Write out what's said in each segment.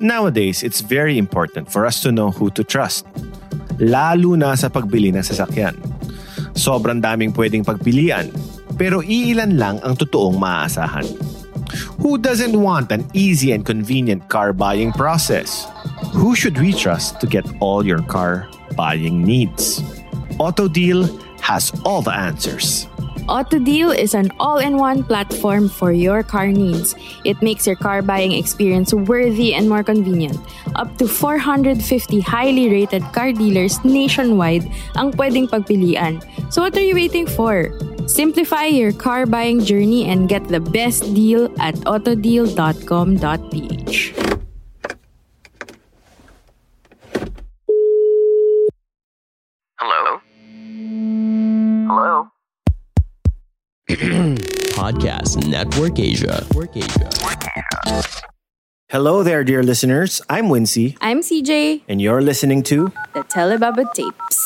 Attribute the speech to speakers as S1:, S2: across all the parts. S1: Nowadays, it's very important for us to know who to trust. Lalo na sa pagbili ng sasakyan. Sobrang daming pwedeng pagpilian, pero iilan lang ang totoong maaasahan. Who doesn't want an easy and convenient car buying process? Who should we trust to get all your car buying needs? AutoDeal has all the answers.
S2: AutoDeal is an all in one platform for your car needs. It makes your car buying experience worthy and more convenient. Up to 450 highly rated car dealers nationwide ang pwedeng pagpilian. So, what are you waiting for? Simplify your car buying journey and get the best deal at autodeal.com.ph.
S3: Hello? Hello?
S4: Podcast Network Asia. Network Asia.
S1: Hello there, dear listeners. I'm Wincy,
S2: I'm CJ,
S1: and you're listening to
S2: the Telebaba Tapes.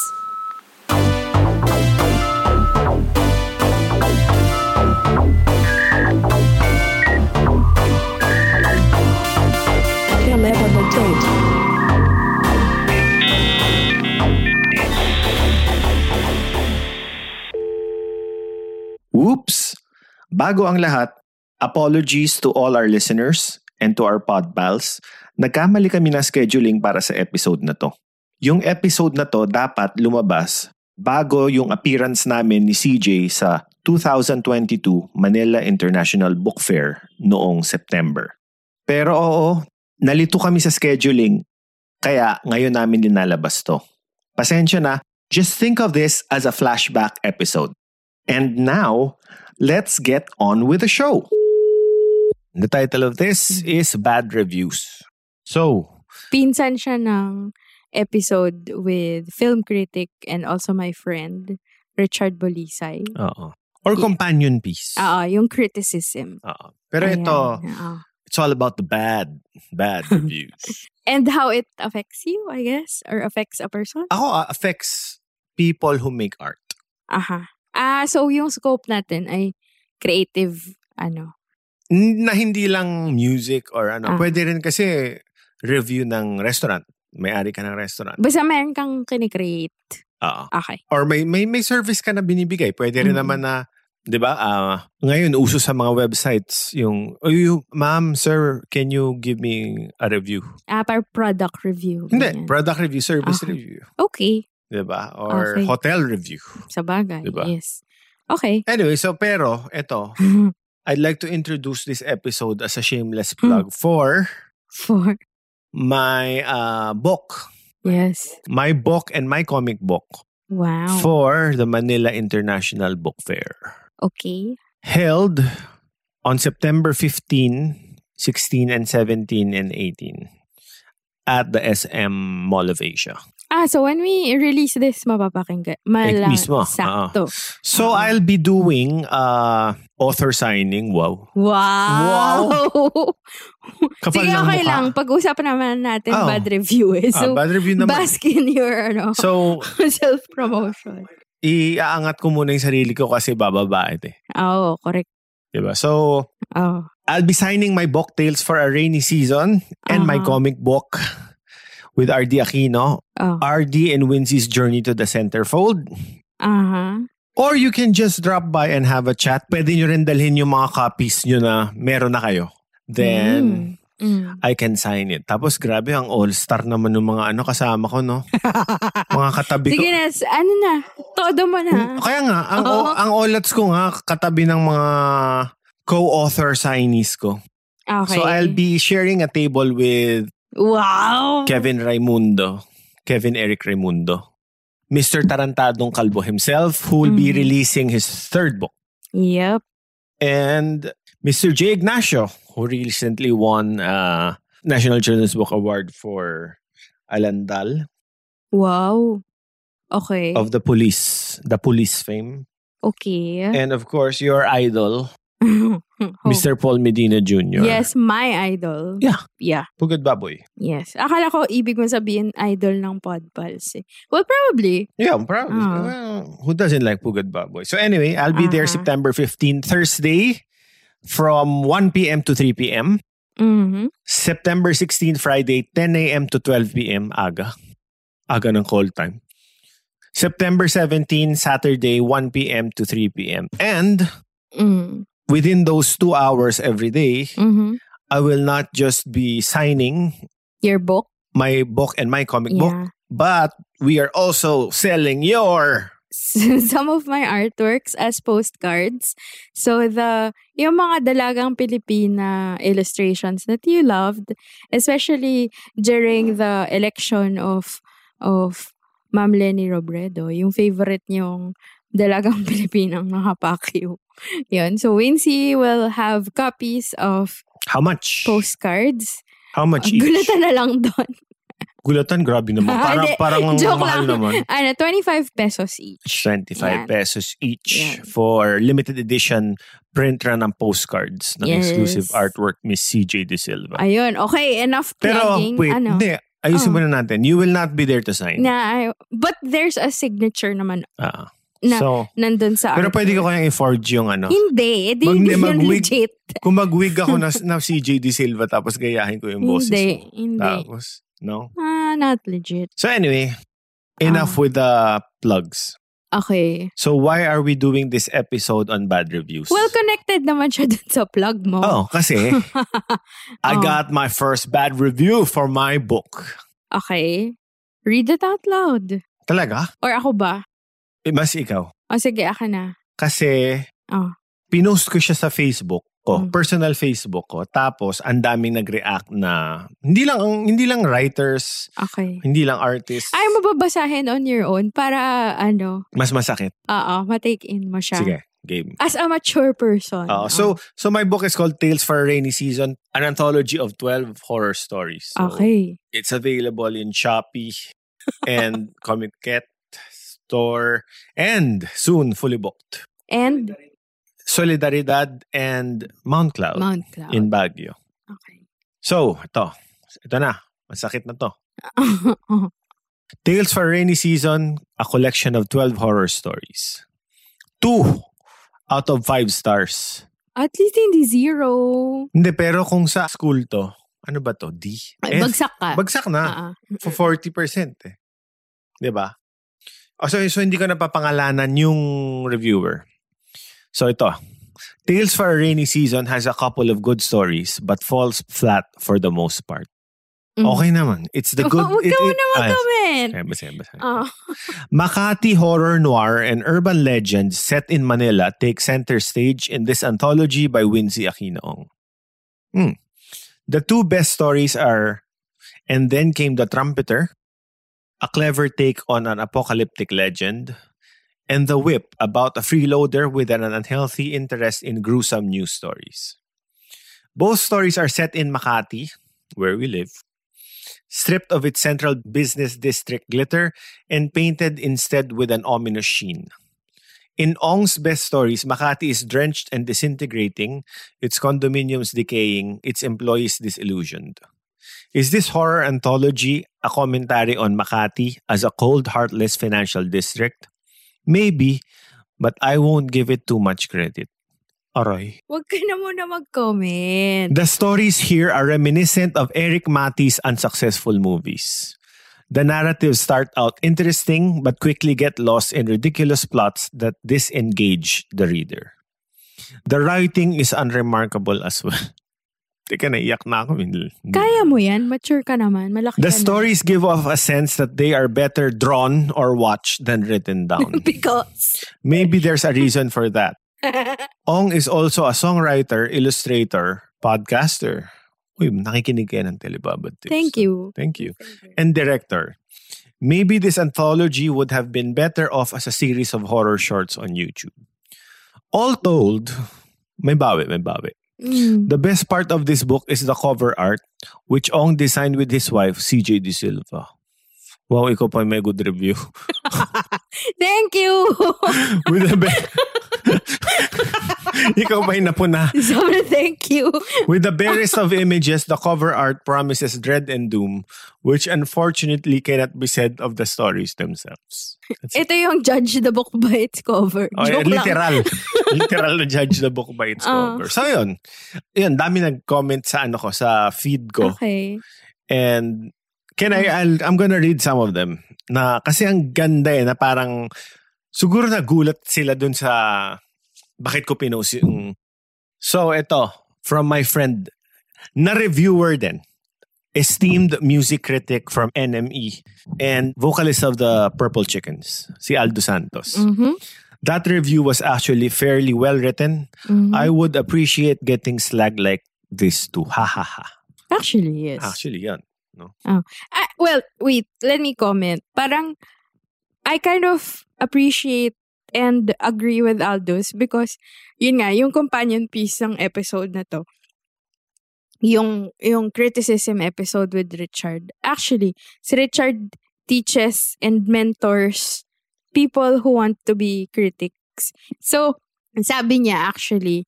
S1: Whoops! Bago ang lahat, apologies to all our listeners and to our pod pals. Nagkamali kami ng scheduling para sa episode na to. Yung episode na to dapat lumabas bago yung appearance namin ni CJ sa 2022 Manila International Book Fair noong September. Pero oo, nalito kami sa scheduling kaya ngayon namin linalabas to. Pasensya na, just think of this as a flashback episode. And now, let's get on with the show. The title of this is Bad Reviews. So,
S2: pinsan siya ng episode with film critic and also my friend, Richard Bolisay.
S1: oo. Or companion piece.
S2: Oo, yung criticism.
S1: Oo. Ah. Pero ito,
S2: Ayan, ah. oo.
S1: it's all about the bad, bad reviews.
S2: And how it affects you, I guess, or affects a person.
S1: Ako, ah, affects people who make art.
S2: Aha. Ah, so yung scope natin ay creative, ano.
S1: N- Na hindi lang music or ano.
S2: Ah.
S1: Pwede rin kasi review ng restaurant. May-ari ka ng restaurant.
S2: Basta meron kang kinikreate.
S1: Oo.
S2: Okay.
S1: or may may may service ka na binibigay. Pwede rin
S2: Mm.
S1: naman na 'di ba? ah, ngayon uso sa mga websites yung oh, you, ma'am, sir, can you give me a review?
S2: Ah, par product review.
S1: Hindi,
S2: ganyan.
S1: product review, service
S2: Aha.
S1: review,
S2: Mm. okay.
S1: 'di ba? Or
S2: Okay.
S1: hotel review.
S2: Sa bagay.
S1: Diba?
S2: Yes. Okay.
S1: Anyway, so pero eto, I'd like to introduce this episode as a
S2: Hmm.
S1: shameless plug for
S2: Four.
S1: my uh, book,
S2: Yes.
S1: my book and my comic book
S2: Wow.
S1: for the Manila International Book Fair.
S2: Okay.
S1: held on September 15, 16, and 17, and 18 at the SM Mall of Asia. Eh,
S2: Ah, so when we release this, mapapakinggan. Mala,
S1: mismo, ah,
S2: Sakto.
S1: So
S2: Mhm.
S1: I'll be doing uh, author signing. Wow.
S2: Wow!
S1: Kapal
S2: Sige,
S1: ng
S2: okay
S1: mukha.
S2: lang. Pag-usapan naman natin
S1: Oh.
S2: bad review eh.
S1: Ah,
S2: So,
S1: bad review naman.
S2: bask in your ano,
S1: So,
S2: self-promotion.
S1: iaangat ko muna yung sarili ko kasi bababa ito eh.
S2: Ah, Oo, correct. Oh,
S1: 'Di ba? So,
S2: Oo.
S1: I'll be signing my book Tales for a Rainy Season and my
S2: Uh-huh.
S1: comic book with RD Aquino,
S2: Oh.
S1: RD and Wincy's Journey to the Centerfold.
S2: Aha.
S1: Or you can just drop by and have a chat. Pwede nyo rin dalhin yung mga copies nyo na meron na kayo. Then,
S2: Mm.
S1: I can sign it. Tapos, grabe, ang all-star naman ng mga ano kasama ko, no? mga katabi ko. Hmm,
S2: Sige na, s- ano na, todo mo na.
S1: Kaya nga, ang,
S2: Oo.
S1: ang olats ko nga, katabi ng mga co-author signees ko.
S2: Okay.
S1: So, I'll be sharing a table with
S2: Wow!
S1: Kevin Raimundo. Kevin Eric Raimundo. Mr. Tarantadong
S2: Mm-hmm.
S1: Calvo himself, who will be
S2: Mhm.
S1: releasing his third book.
S2: Yep.
S1: And Mr. Jay Ignacio, who recently won uh, National Children's Book Award for Alandal
S2: Wow. Okay.
S1: of the Police, the Police fame.
S2: okay.
S1: And of course, your idol,
S2: Oh.
S1: Mr. Paul Medina Jr.
S2: Yes, my idol.
S1: Yeah.
S2: Yeah.
S1: Pugad baboy.
S2: Yes. Akala ko ibig mo sabihin idol ng Podpals. Eh. Well, probably.
S1: Yeah, I'm proud.
S2: Oh.
S1: Well, who doesn't like Pugad Baboy? So anyway, I'll be there
S2: Uh-huh.
S1: September 15, Thursday from 1 p.m. to 3 p.m.
S2: Mhm.
S1: September 16, Friday, 10 a.m. to 12 p.m. Aga. Aga ng call time. September 17, Saturday, 1 p.m. to 3 p.m. And
S2: Mm.
S1: within those two hours every day,
S2: Mhm.
S1: I will not just be signing
S2: Your book?
S1: my book and my comic book,
S2: Yeah.
S1: but we are also selling your
S2: some of my artworks as postcards. So the yung mga dalagang Pilipina illustrations that you loved, especially during the election of of Ma'am Lenny Robredo, yung favorite niyong dalagang Pilipinang nakapakyo. Yun. So Wincy will have copies of
S1: how much?
S2: postcards.
S1: How much
S2: Ang
S1: each?
S2: Gulatan na lang doon.
S1: Gulatan, grabe naman.
S2: Ah,
S1: Parang,
S2: hindi.
S1: parang ang
S2: Joke
S1: mahal
S2: lang.
S1: naman.
S2: Ano, 25 pesos each.
S1: 25
S2: Yan.
S1: pesos each
S2: Yan.
S1: for limited edition print run ng postcards ng
S2: Yes.
S1: exclusive artwork ni CJ De Silva.
S2: Ayun. Okay, enough
S1: Pero
S2: plugging.
S1: wait,
S2: ano?
S1: hindi. Ayusin
S2: Oh.
S1: muna natin. You will not be there to sign.
S2: Na, I- but there's a signature naman
S1: Ah.
S2: na
S1: so,
S2: nandun sa
S1: pero
S2: art.
S1: pwede ko kayang i-forge yung ano.
S2: Hindi, edi
S1: Mag-
S2: hindi yun
S1: mag-wig.
S2: legit.
S1: Kung mag-wig ako na, na CJ De Silva tapos gayahin ko yung boses
S2: Hindi,
S1: mo.
S2: hindi.
S1: Tapos, no?
S2: Ah, not legit.
S1: So anyway, enough
S2: Ah.
S1: with the plugs.
S2: Okay.
S1: So why are we doing this episode on bad reviews?
S2: Well, connected naman siya dun sa plug mo.
S1: Oh, kasi I
S2: Oh.
S1: got my first bad review for my book.
S2: Okay. Read it out loud.
S1: Talaga?
S2: Or ako ba?
S1: Eh, mas ikaw.
S2: O sige, ako na.
S1: Kasi
S2: Oh.
S1: pinost ko siya sa Facebook ko,
S2: Mm.
S1: personal Facebook ko. Tapos ang daming nag-react na hindi lang ang hindi lang writers,
S2: Okay.
S1: hindi lang artists.
S2: Ay, mababasahin on your own para ano,
S1: mas masakit.
S2: oo, matake in mo siya.
S1: Sige, game.
S2: As a mature person.
S1: Uh, so so my book is called Tales for a Rainy Season, an anthology of 12 horror stories. So,
S2: okay.
S1: It's available in Shopee and Comic Cat store and soon fully booked.
S2: And
S1: Solidaridad and Mount Cloud
S2: Mount Cloud.
S1: in Baguio.
S2: okay.
S1: So, ito. Ito na. Masakit na to. Tales for a Rainy Season, a collection of 12 horror stories. Two out of five stars.
S2: At least hindi zero.
S1: Hindi, pero kung sa school to, ano ba to? D?
S2: Ay,
S1: F?
S2: bagsak ka.
S1: Bagsak na.
S2: Ah, ah.
S1: for 40% eh. 'Di ba? O, so, so hindi ko napapangalanan yung reviewer. So ito, Tales for a Rainy Season has a couple of good stories but falls flat for the most part.
S2: Mm.
S1: Okay naman. It's the Eh, good...
S2: Huwag
S1: it-
S2: ka
S1: it-
S2: muna
S1: Ah,
S2: mag-comment.
S1: Ayan, basta, yan, basta. yan.
S2: Ah,
S1: Makati horror noir and urban legends set in Manila take center stage in this anthology by Wincy Aquinaong. Hmm. The two best stories are And Then Came the Trumpeter, a clever take on an apocalyptic legend, and The Whip, about a freeloader with an unhealthy interest in gruesome news stories. Both stories are set in Makati, where we live, stripped of its central business district glitter and painted instead with an ominous sheen. In Ong's best stories, Makati is drenched and disintegrating, its condominiums decaying, its employees disillusioned. Is this horror anthology a commentary on Makati as a cold, heartless financial district? Maybe, but I won't give it too much credit. Aroy.
S2: Huwag ka na muna mag-comment.
S1: The stories here are reminiscent of Eric Mati's unsuccessful movies. The narratives start out interesting but quickly get lost in ridiculous plots that disengage the reader. The writing is unremarkable as well. Teka, naiyak na ako.
S2: Kaya mo yan. Mature ka naman. Malaki
S1: The
S2: ka na.
S1: stories give off a sense that they are better drawn or watched than written down.
S2: Because.
S1: Maybe there's a reason for that. Ong is also a songwriter, illustrator, podcaster. Uy, nakikinig kayo ng Telebabad Tips. ah.
S2: Thank you.
S1: Thank you. And director. Maybe this anthology would have been better off as a series of horror shorts on YouTube. All told, may bawi, may bawi.
S2: Mm.
S1: The best part of this book is the cover art, which Ong designed with his wife, CJ De Silva. Wow, ikaw pa may good review.
S2: Thank you!
S1: with the best... ikaw pa napuna.
S2: Sobrang thank you.
S1: With the barest of images, the cover art promises dread and doom, which unfortunately cannot be said of the stories themselves. That's
S2: Ito yung judge the book by its cover.
S1: Oh,
S2: Joke lang.
S1: literal. literal na judge the book by its
S2: Ah.
S1: cover. So, yun. Yun, dami nag-comment sa ano ko, sa feed ko.
S2: Okay.
S1: And can I, I'll, I'm gonna read some of them. Na, kasi ang ganda eh, na parang, siguro nagulat sila dun sa, bakit ko pinost yung, so ito, from my friend, na reviewer din, esteemed music critic from NME and vocalist of the Purple Chickens, si Aldo Santos.
S2: Mhm.
S1: That review was actually fairly well written.
S2: Mhm.
S1: I would appreciate getting slag like this too. Ha ha ha.
S2: Actually, yes.
S1: Actually, yun.
S2: Ah, well, wait, let me comment. Parang, I kind of appreciate and agree with Aldo's because, yun nga, yung companion piece ng episode na to, yung, yung criticism episode with Richard. Actually, si Richard teaches and mentors people who want to be critics. So, sabi niya actually,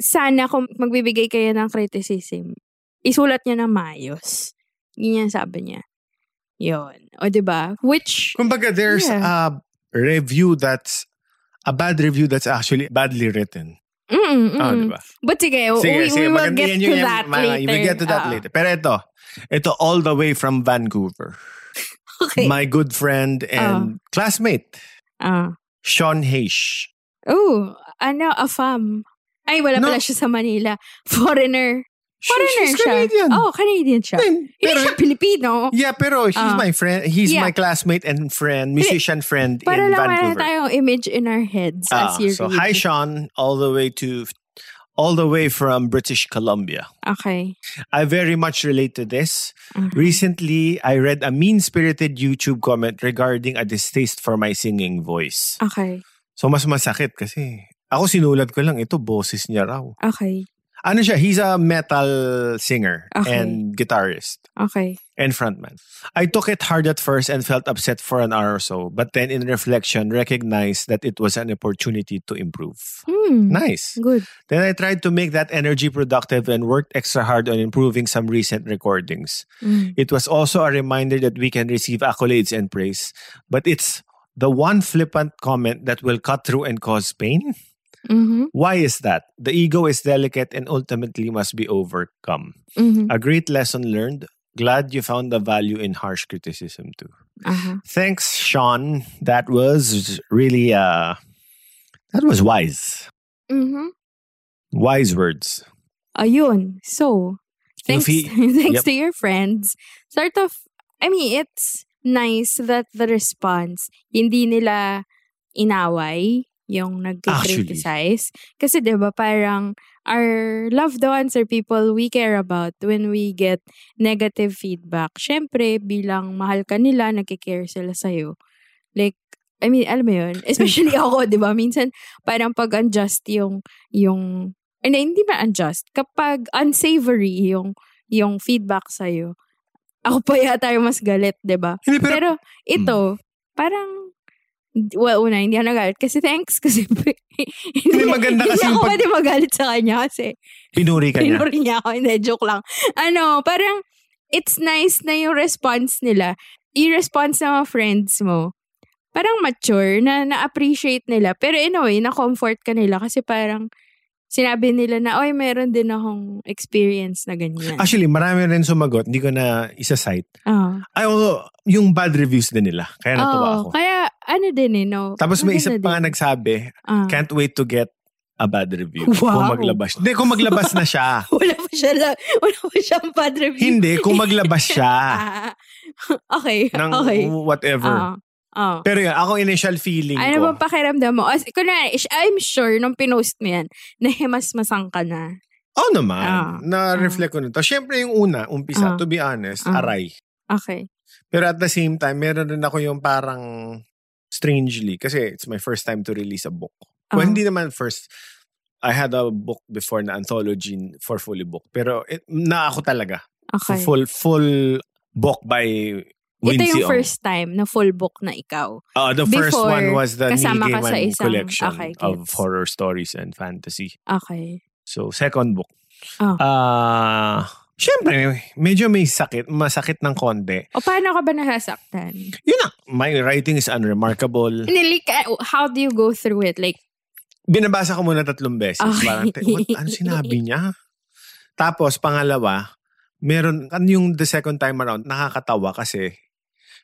S2: sana kung magbibigay kayo ng criticism, isulat niya na maayos. Yun yung sabi niya. Yun. O, di ba? Which,
S1: Kumbaga, there's a review that's a bad review that's actually badly written.
S2: mm, mm,
S1: Oh,
S2: mm.
S1: di ba?
S2: But sige, we, we will
S1: maganda
S2: get
S1: yan,
S2: to
S1: yun yung
S2: that
S1: mga-
S2: later. Ah,
S1: We'll get to that
S2: Oo.
S1: later. Pero ito, ito all the way from Vancouver.
S2: Okay.
S1: My good friend and classmate,
S2: Ah.
S1: Sean Haish.
S2: oh, ano, afam. Ay, wala
S1: No.
S2: pala siya sa Manila. Foreigner. Foreigner
S1: she's
S2: siya.
S1: Canadian.
S2: Oh, Canadian siya.
S1: Then,
S2: Hindi
S1: pero,
S2: siya Pilipino.
S1: yeah, pero he's
S2: Ah.
S1: my friend. He's
S2: Yeah.
S1: my classmate and friend, musician friend
S2: Para
S1: in
S2: lang wala
S1: Vancouver.
S2: tayong image in our heads
S1: Ah,
S2: as you
S1: so
S2: read.
S1: hi Sean, all the way to all the way from British Columbia.
S2: Okay.
S1: I very much relate to this.
S2: Mhm.
S1: Recently, I read a mean-spirited YouTube comment regarding a distaste for my singing voice.
S2: Okay.
S1: So mas masakit kasi ako sinulat ko lang ito boses niya raw.
S2: Okay.
S1: Ano siya, he's a metal singer
S2: Okay.
S1: and guitarist
S2: Okay.
S1: and frontman. I took it hard at first and felt upset for an hour or so, but then in reflection recognized that it was an opportunity to improve.
S2: Hmm.
S1: Nice.
S2: Good.
S1: Then I tried to make that energy productive and worked extra hard on improving some recent recordings.
S2: Mm.
S1: It was also a reminder that we can receive accolades and praise, but it's the one flippant comment that will cut through and cause pain.
S2: Mhm.
S1: Why is that? The ego is delicate and ultimately must be overcome.
S2: Mhm.
S1: A great lesson learned. Glad you found the value in harsh criticism too.
S2: Aha.
S1: Thanks, Sean. That was really uh that was wise.
S2: Mhm.
S1: Wise words.
S2: Ayun. So, thanks
S1: Luffy, yep.
S2: thanks to your friends, sort of I mean, it's nice that the response hindi nila inaway yung nag-criticize. Kasi 'di ba parang our loved ones or people we care about when we get negative feedback. Syempre, bilang mahal ka nila, nagkikare sila sa'yo. Like, I mean, alam mo yun? Especially ako, di ba? Minsan, parang pag unjust yung, yung, and hindi ba unjust? Kapag unsavory yung, yung feedback sa'yo, ako pa yata yung mas galit, di ba?
S1: Hindi, pero- mm.
S2: Pero, ito, parang, well, una, hindi ako nagalit. Kasi thanks, kasi, hindi,
S1: maganda kasi
S2: hindi
S1: yung
S2: ako
S1: pag-
S2: pwede magalit sa kanya kasi,
S1: Pinuri ka niya.
S2: Pinuri niya ako. Hindi, joke lang. Ano, parang, it's nice na yung response nila. I-response ng mga friends mo. Parang mature, na na-appreciate nila. Pero in a way, na-comfort ka nila kasi parang sinabi nila na, oy, meron din akong experience na ganyan.
S1: Actually, marami rin sumagot. Hindi ko na isa-cite.
S2: Oo.
S1: Ay, oo, yung bad reviews din nila. Kaya natuwa
S2: Oo,
S1: ako.
S2: Kaya, ano din eh, no?
S1: Tapos may isa
S2: Maganda
S1: pa nga
S2: din.
S1: nagsabi,
S2: Ah.
S1: can't wait to get a bad review. Kung
S2: Wow.
S1: maglabas. Hindi, kung maglabas na siya.
S2: Wala pa siya la- wala pa siyang bad review.
S1: Hindi, kung maglabas siya.
S2: Ah. okay,
S1: ng
S2: okay.
S1: whatever.
S2: Oo. Oo.
S1: Pero yun, ako initial feeling
S2: Ano
S1: ko.
S2: bang pakiramdam mo? As, kunwari, ish- I'm sure nung pinost mo yan, nahimasmasan ka na.
S1: Oo naman.
S2: Ah.
S1: Na-reflect ko na to. Siyempre yung una, umpisa,
S2: Ah.
S1: to be honest,
S2: Ah.
S1: aray.
S2: Okay.
S1: Pero at the same time, meron rin ako yung parang strangely. Kasi it's my first time to release a book.
S2: Ah.
S1: Well, hindi naman first. I had a book before na anthology for fully book. Pero it, na ako talaga.
S2: Okay.
S1: Full, full book by
S2: Ito
S1: Wincy
S2: yung
S1: Ong.
S2: first time na full book na ikaw.
S1: Uh, the first
S2: Before,
S1: one was the Neil
S2: kasama ka sa
S1: Gaiman
S2: isang-
S5: collection
S2: okay,
S5: of
S2: gets.
S5: horror stories and fantasy.
S2: Okay.
S5: So, second book.
S2: Oh.
S5: Ah,
S1: Siyempre, medyo may sakit, masakit ng konti.
S2: O paano ka ba nasasaktan?
S1: Yun na, my writing is unremarkable.
S2: Hindi, like, uh, how do you go through it? Like,
S1: Binabasa ko muna tatlong beses.
S2: Okay.
S1: Parang, "Te, what, ano sinabi niya? Tapos, pangalawa, meron, ano yung the second time around, nakakatawa kasi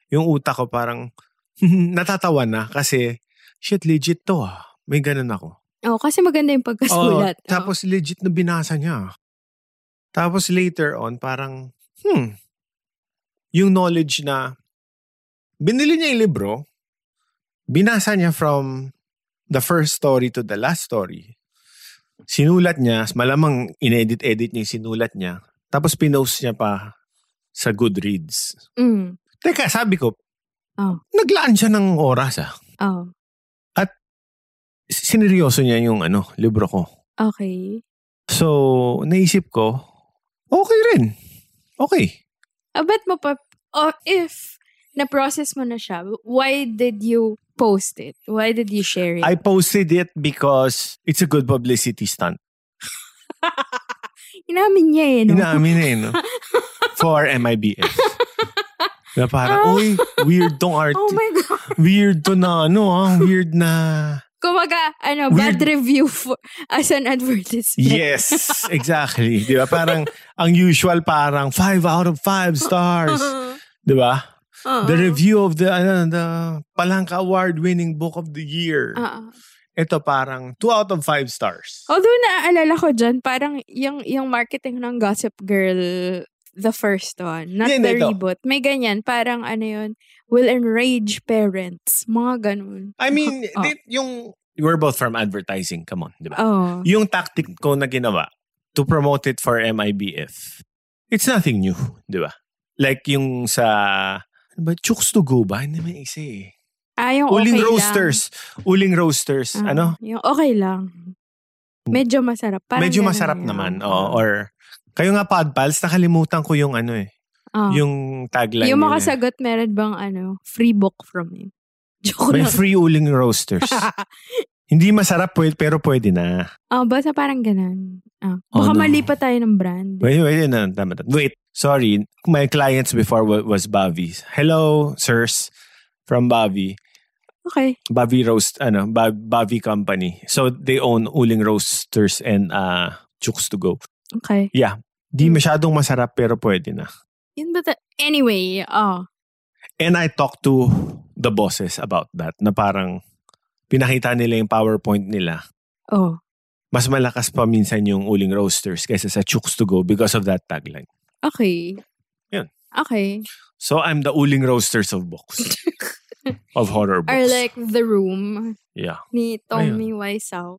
S1: yung utak ko parang natatawa na kasi, shit, legit to ah. May ganun ako.
S2: oh, kasi maganda yung pagkasulat.
S1: Oo,
S2: Oh,
S1: Oh, tapos legit na binasa niya. Tapos later on, parang, hmm, yung knowledge na, binili niya yung libro, binasa niya from the first story to the last story. Sinulat niya, malamang inedit-edit niya yung sinulat niya. Tapos pinost niya pa sa Goodreads.
S2: Oh. Mm.
S1: Teka, sabi ko,
S2: Oh.
S1: naglaan siya ng oras ah.
S2: Oh.
S1: Sineryoso niya yung ano, libro ko.
S2: Okay.
S1: So, naisip ko, okay rin. Okay.
S2: Ah, ba't mo pa, oh, if na-process mo na siya, why did you post it? Why did you share it?
S1: I posted it because it's a good publicity stunt.
S2: Inamin niya eh, no?
S1: Inaamin na eh, no? For MIBS. Na parang, uy, weird tong art.
S2: Ah. oh my God.
S1: weird to na ano, ah, weird na...
S2: Kumaga, ano,
S1: Weird.
S2: bad review for, as an advertisement.
S1: Yes, exactly. Di ba? Parang, ang usual parang, five out of five stars.
S2: Uh-huh.
S1: Di ba? The review of the, ano, the Palangka Award-winning Book of the Year.
S2: Uh.
S1: Ito parang, two out of five stars.
S2: Uh-huh. Although naaalala ko dyan, parang yung, yung marketing ng Gossip Girl, the first one, not
S1: Hindi,
S2: the
S1: hindi, ito.
S2: reboot. May ganyan, parang ano yun, will enrage parents. Mga ganun.
S1: I mean,
S2: Oh.
S1: di- yung, we're both from advertising, come on, di ba?
S2: Oh.
S1: Yung tactic ko na ginawa to promote it for MIBF, it's nothing new, di ba? Like yung sa, ano ba, Chooks to Go ba? Hindi may isa eh.
S2: Ah, yung
S1: Uling
S2: okay
S1: Roasters. Uling Roasters.
S2: Lang. Ah,
S1: ano?
S2: Yung okay lang. Medyo masarap. Parang
S1: Medyo
S2: ganun
S1: masarap
S2: yun.
S1: naman. Oo, or, kayo nga pod pals, nakalimutan ko yung ano eh.
S2: Ah.
S1: Yung tagline. eh.
S2: Yung
S1: nila.
S2: makasagot, meron bang ano, free book from him? Joke
S1: May
S2: lang.
S1: free uling roasters. Hindi masarap pwede, pero pwede na.
S2: Ah, basta parang ganun. Ah.
S1: Oh,
S2: Baka
S1: no.
S2: mali pa tayo ng brand.
S1: Wait, wait, no, tama, tama. Wait, sorry. My clients before wa- was Bavi's. Hello, sirs, from Bavi.
S2: Okay.
S1: Bavi Roast, ano, Ba- Bavi Company. So, they own Uling Roasters and uh, Chooks to Go.
S2: Okay.
S1: Di masyadong masarap, pero pwede na.
S2: Yun ba ta- anyway, oh.
S1: And I talked to the bosses about that, na parang pinakita nila yung PowerPoint nila.
S2: Oh.
S1: Mas malakas pa minsan yung Uling Roasters kaysa sa Chooks to Go because of that tagline.
S2: Okay.
S1: Yun.
S2: Okay.
S1: So, I'm the Uling Roasters of books. of horror books.
S2: Or like The Room
S1: Yeah.
S2: ni Tommy Wiseau.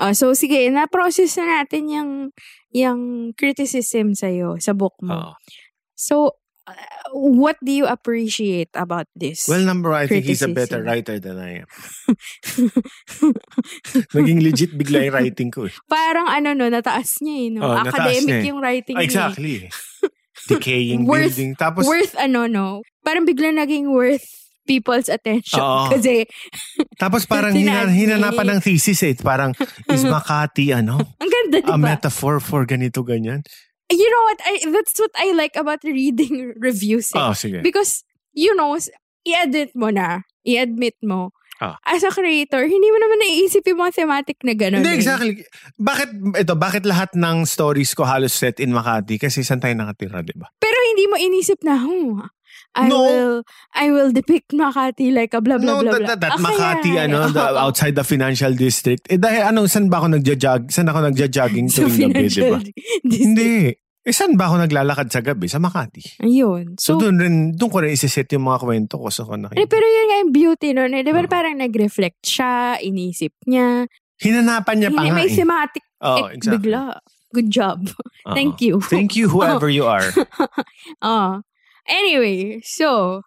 S2: Ah, so sige, na-process na natin yung yung criticism sa sa book mo.
S1: Oo.
S2: So uh, what do you appreciate about this?
S1: Well, number one, I think he's a better
S2: Criticism.
S1: writer than I am. Naging legit bigla yung writing ko eh.
S2: Parang ano no, nataas niya eh, no?
S1: Oh, nataas
S2: Academic
S1: niya eh.
S2: yung writing niya. eh.
S1: Exactly. Decaying
S2: Worth-
S1: building. Tapos,
S2: worth ano no? Parang bigla naging worth people's attention.
S1: Oo.
S2: Kasi,
S1: Tapos parang hina,
S2: Sinabi.
S1: hinanapan ng thesis eh. Parang, is Makati ano?
S2: ang ganda, di
S1: A
S2: ba?
S1: metaphor for ganito ganyan?
S2: you know what? I, that's what I like about reading reviews. eh.
S1: Oh, sige.
S2: Because, you know, s- i-admit mo na. I-admit mo.
S1: Ah.
S2: As a creator, hindi mo naman naiisip yung mga thematic na gano'n.
S1: Hindi,
S2: eh.
S1: exactly. Bakit, ito, bakit lahat ng stories ko halos set in Makati? Kasi saan tayo nakatira, di ba?
S2: Pero hindi mo inisip na, hmm, I
S1: No.
S2: will I will depict Makati like a blah
S1: No,
S2: blah blah.
S1: that,
S2: blah.
S1: that, that
S2: Ah,
S1: Makati,
S2: kaya-
S1: ano, the,
S2: Oo.
S1: outside the financial district. Eh, dahil ano, saan ba ako nagja-jog? Saan ako nagja-jogging
S2: Sa
S1: tuwing gabi, di
S2: financial
S1: ba?
S2: dis-
S1: Hindi. Eh, saan ba ako naglalakad sa gabi? Sa Makati.
S2: Ayun.
S1: So,
S2: So,
S1: doon rin, doon ko rin isiset yung mga kwento ko sa ko
S2: eh,
S1: nakita.
S2: pero yun nga yung beauty nun. Eh. Di ba
S1: Oo.
S2: parang nag-reflect siya, inisip niya.
S1: Hinanapan niya pa
S2: Hindi,
S1: nga
S2: may
S1: eh.
S2: thematic
S1: Oo,
S2: eh,
S1: exactly. Uh-huh.
S2: bigla. Good job.
S1: Oo.
S2: Thank you. Oh.
S5: Thank you whoever you are.
S2: Ah. anyway, so,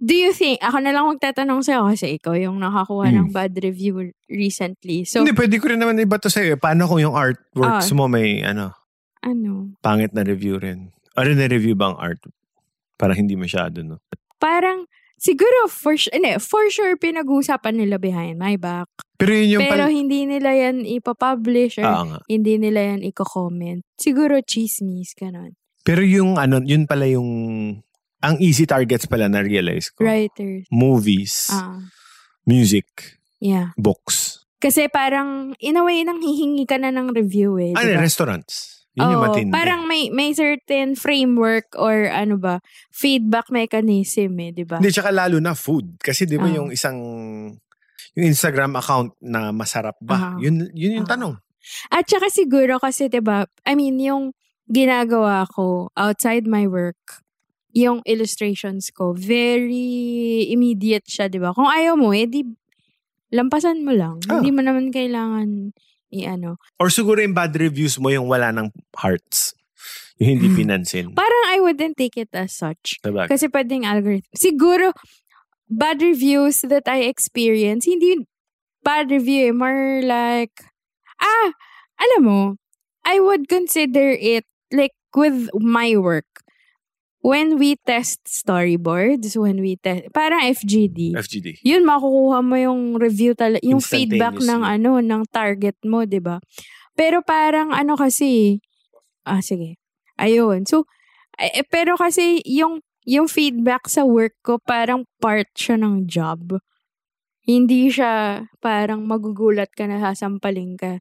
S2: do you think, ako na lang magtatanong sa'yo kasi ikaw yung nakakuha ng bad review recently. So,
S1: Hmm. Hindi, pwede ko rin naman iba to sa'yo. eh. Paano kung yung artworks
S2: Ah.
S1: mo may, ano,
S2: ano,
S1: pangit na review rin? Ano na-review ba ang art? Parang hindi masyado, no?
S2: parang, siguro, for, su- hindi, for sure, pinag-uusapan nila behind my back.
S1: Pero yun yung
S2: Pero
S1: pal-
S2: hindi nila yan ipapublish or
S1: Ah, nga.
S2: hindi nila yan i-comment. Siguro, chismis, ganun.
S1: Pero yung ano, yun pala yung ang easy targets pala na realize ko.
S2: Writers.
S1: Movies,
S2: Ah,
S1: music,
S2: yeah.
S1: books.
S2: Kasi parang, in a way, nang hihingi ka na ng review eh.
S1: Ano,
S2: di ba?
S1: restaurants. Yun yung
S2: Oo,
S1: matindi.
S2: Parang may may certain framework or ano ba, feedback mechanism eh, di ba?
S1: Hindi, tsaka lalo na food. Kasi di ba
S2: Ah.
S1: yung isang yung Instagram account na masarap ba?
S2: Ah.
S1: Yun, yun yung
S2: Ah.
S1: tanong.
S2: At saka siguro kasi 'di ba, I mean yung ginagawa ko outside my work, yung illustrations ko very immediate siya, 'di ba? Kung ayaw mo eh di lampasan mo lang.
S1: Ah.
S2: Hindi mo naman kailangan i-ano.
S1: Or siguro yung bad reviews mo yung wala ng hearts. Yung hindi
S2: Hmm.
S1: pinansin.
S2: Parang I wouldn't take it as such.
S1: Diba?
S2: Kasi pwedeng algorithm. Siguro, bad reviews that I experience, hindi bad review, eh, more like, ah, alam mo, I would consider it like with my work. When we test storyboards, when we test, parang FGD.
S1: FGD.
S2: yun, makukuha mo yung review talaga, yung feedback ng
S1: Instantaneously.
S2: ano, ng target mo, di ba? Pero parang ano kasi, ah, sige. Ayun. So, eh, eh, pero kasi yung, yung feedback sa work ko, parang part siya ng job. Hindi siya parang magugulat ka na sasampaling ka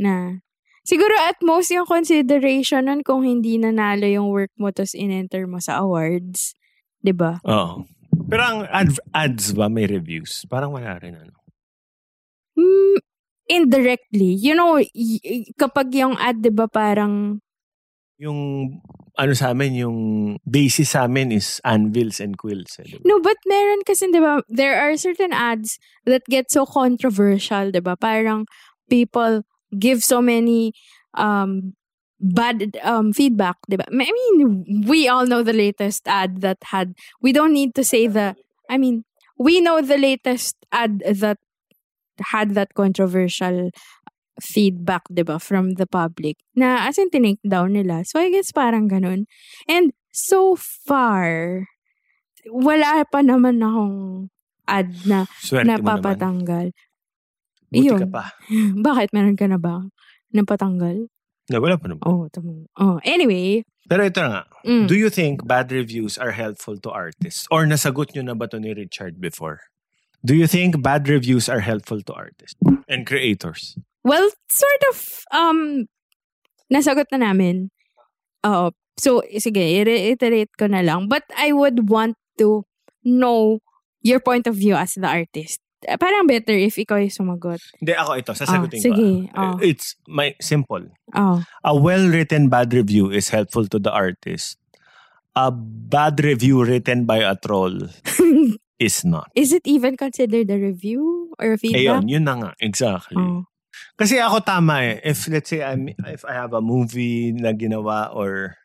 S2: na Siguro at most yung consideration nun kung hindi nanalo yung work mo tapos in-enter mo sa awards. 'di ba?
S1: Oo. Pero ang adv- ads ba may reviews? Parang wala rin ano.
S2: Mm, indirectly. You know, y- y- kapag yung ad, di ba, parang,
S1: Yung ano sa amin, yung basis sa amin is anvils and quills. Eh, diba?
S2: no, but meron kasi, di ba, there are certain ads that get so controversial, di ba? Parang people give so many um, bad um, feedback, di ba? I mean, we all know the latest ad that had, we don't need to say the, I mean, we know the latest ad that had that controversial feedback, 'di ba, from the public na as in tinake down nila. So I guess parang ganun. And so far, wala pa naman akong ad na
S1: Swerte mo naman.
S2: napapatanggal.
S1: Buti ka
S2: Yun.
S1: pa.
S2: Bakit meron ka na ba napatanggal?
S1: Na, wala pa naman.
S2: Oh, tama. Oh, anyway,
S1: Pero ito na nga.
S2: mm.
S1: Do you think bad reviews are helpful to artists? Or nasagot nyo na ba to ni Richard before? Do you think bad reviews are helpful to artists and creators?
S2: Well, sort of, um, nasagot na namin. Oo. So, sige, i-reiterate ko na lang. But I would want to know your point of view as the artist. Eh, Parang better if ikaw yung sumagot.
S1: Hindi, ako ito. Sasagutin
S2: Ah, sige.
S1: ko. ah.
S2: Ah.
S1: It's my simple.
S2: Oh.
S1: A well-written bad review is helpful to the artist. A bad review written by a troll is not.
S2: Is it even considered a review or a feedback?
S1: Ayun, yun na nga. Exactly.
S2: Diba? Oh.
S1: Kasi ako tama eh. If let's say I'm, if I have a movie na ginawa or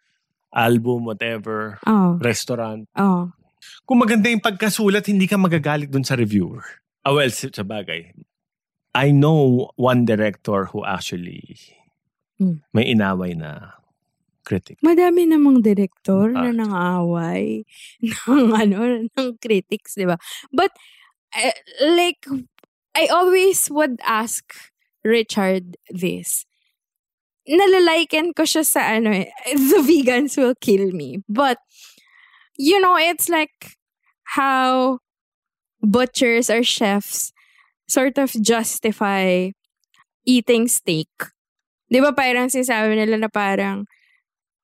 S1: album, whatever,
S2: Oh.
S1: restaurant,
S2: Oh.
S1: kung maganda yung pagkasulat, hindi ka magagalit dun sa reviewer. Ah, well, sa sa bagay. I know one director who actually
S2: Hmm.
S1: may inaway na critic.
S2: Madami namang director na
S5: Ah.
S2: nangaaway ng ano, ng critics, di ba? But, eh, like, I always would ask Richard this. Nalaliken ko siya sa ano eh, the vegans will kill me. But, you know, it's like how butchers or chefs sort of justify eating steak. Di ba parang sinasabi nila na parang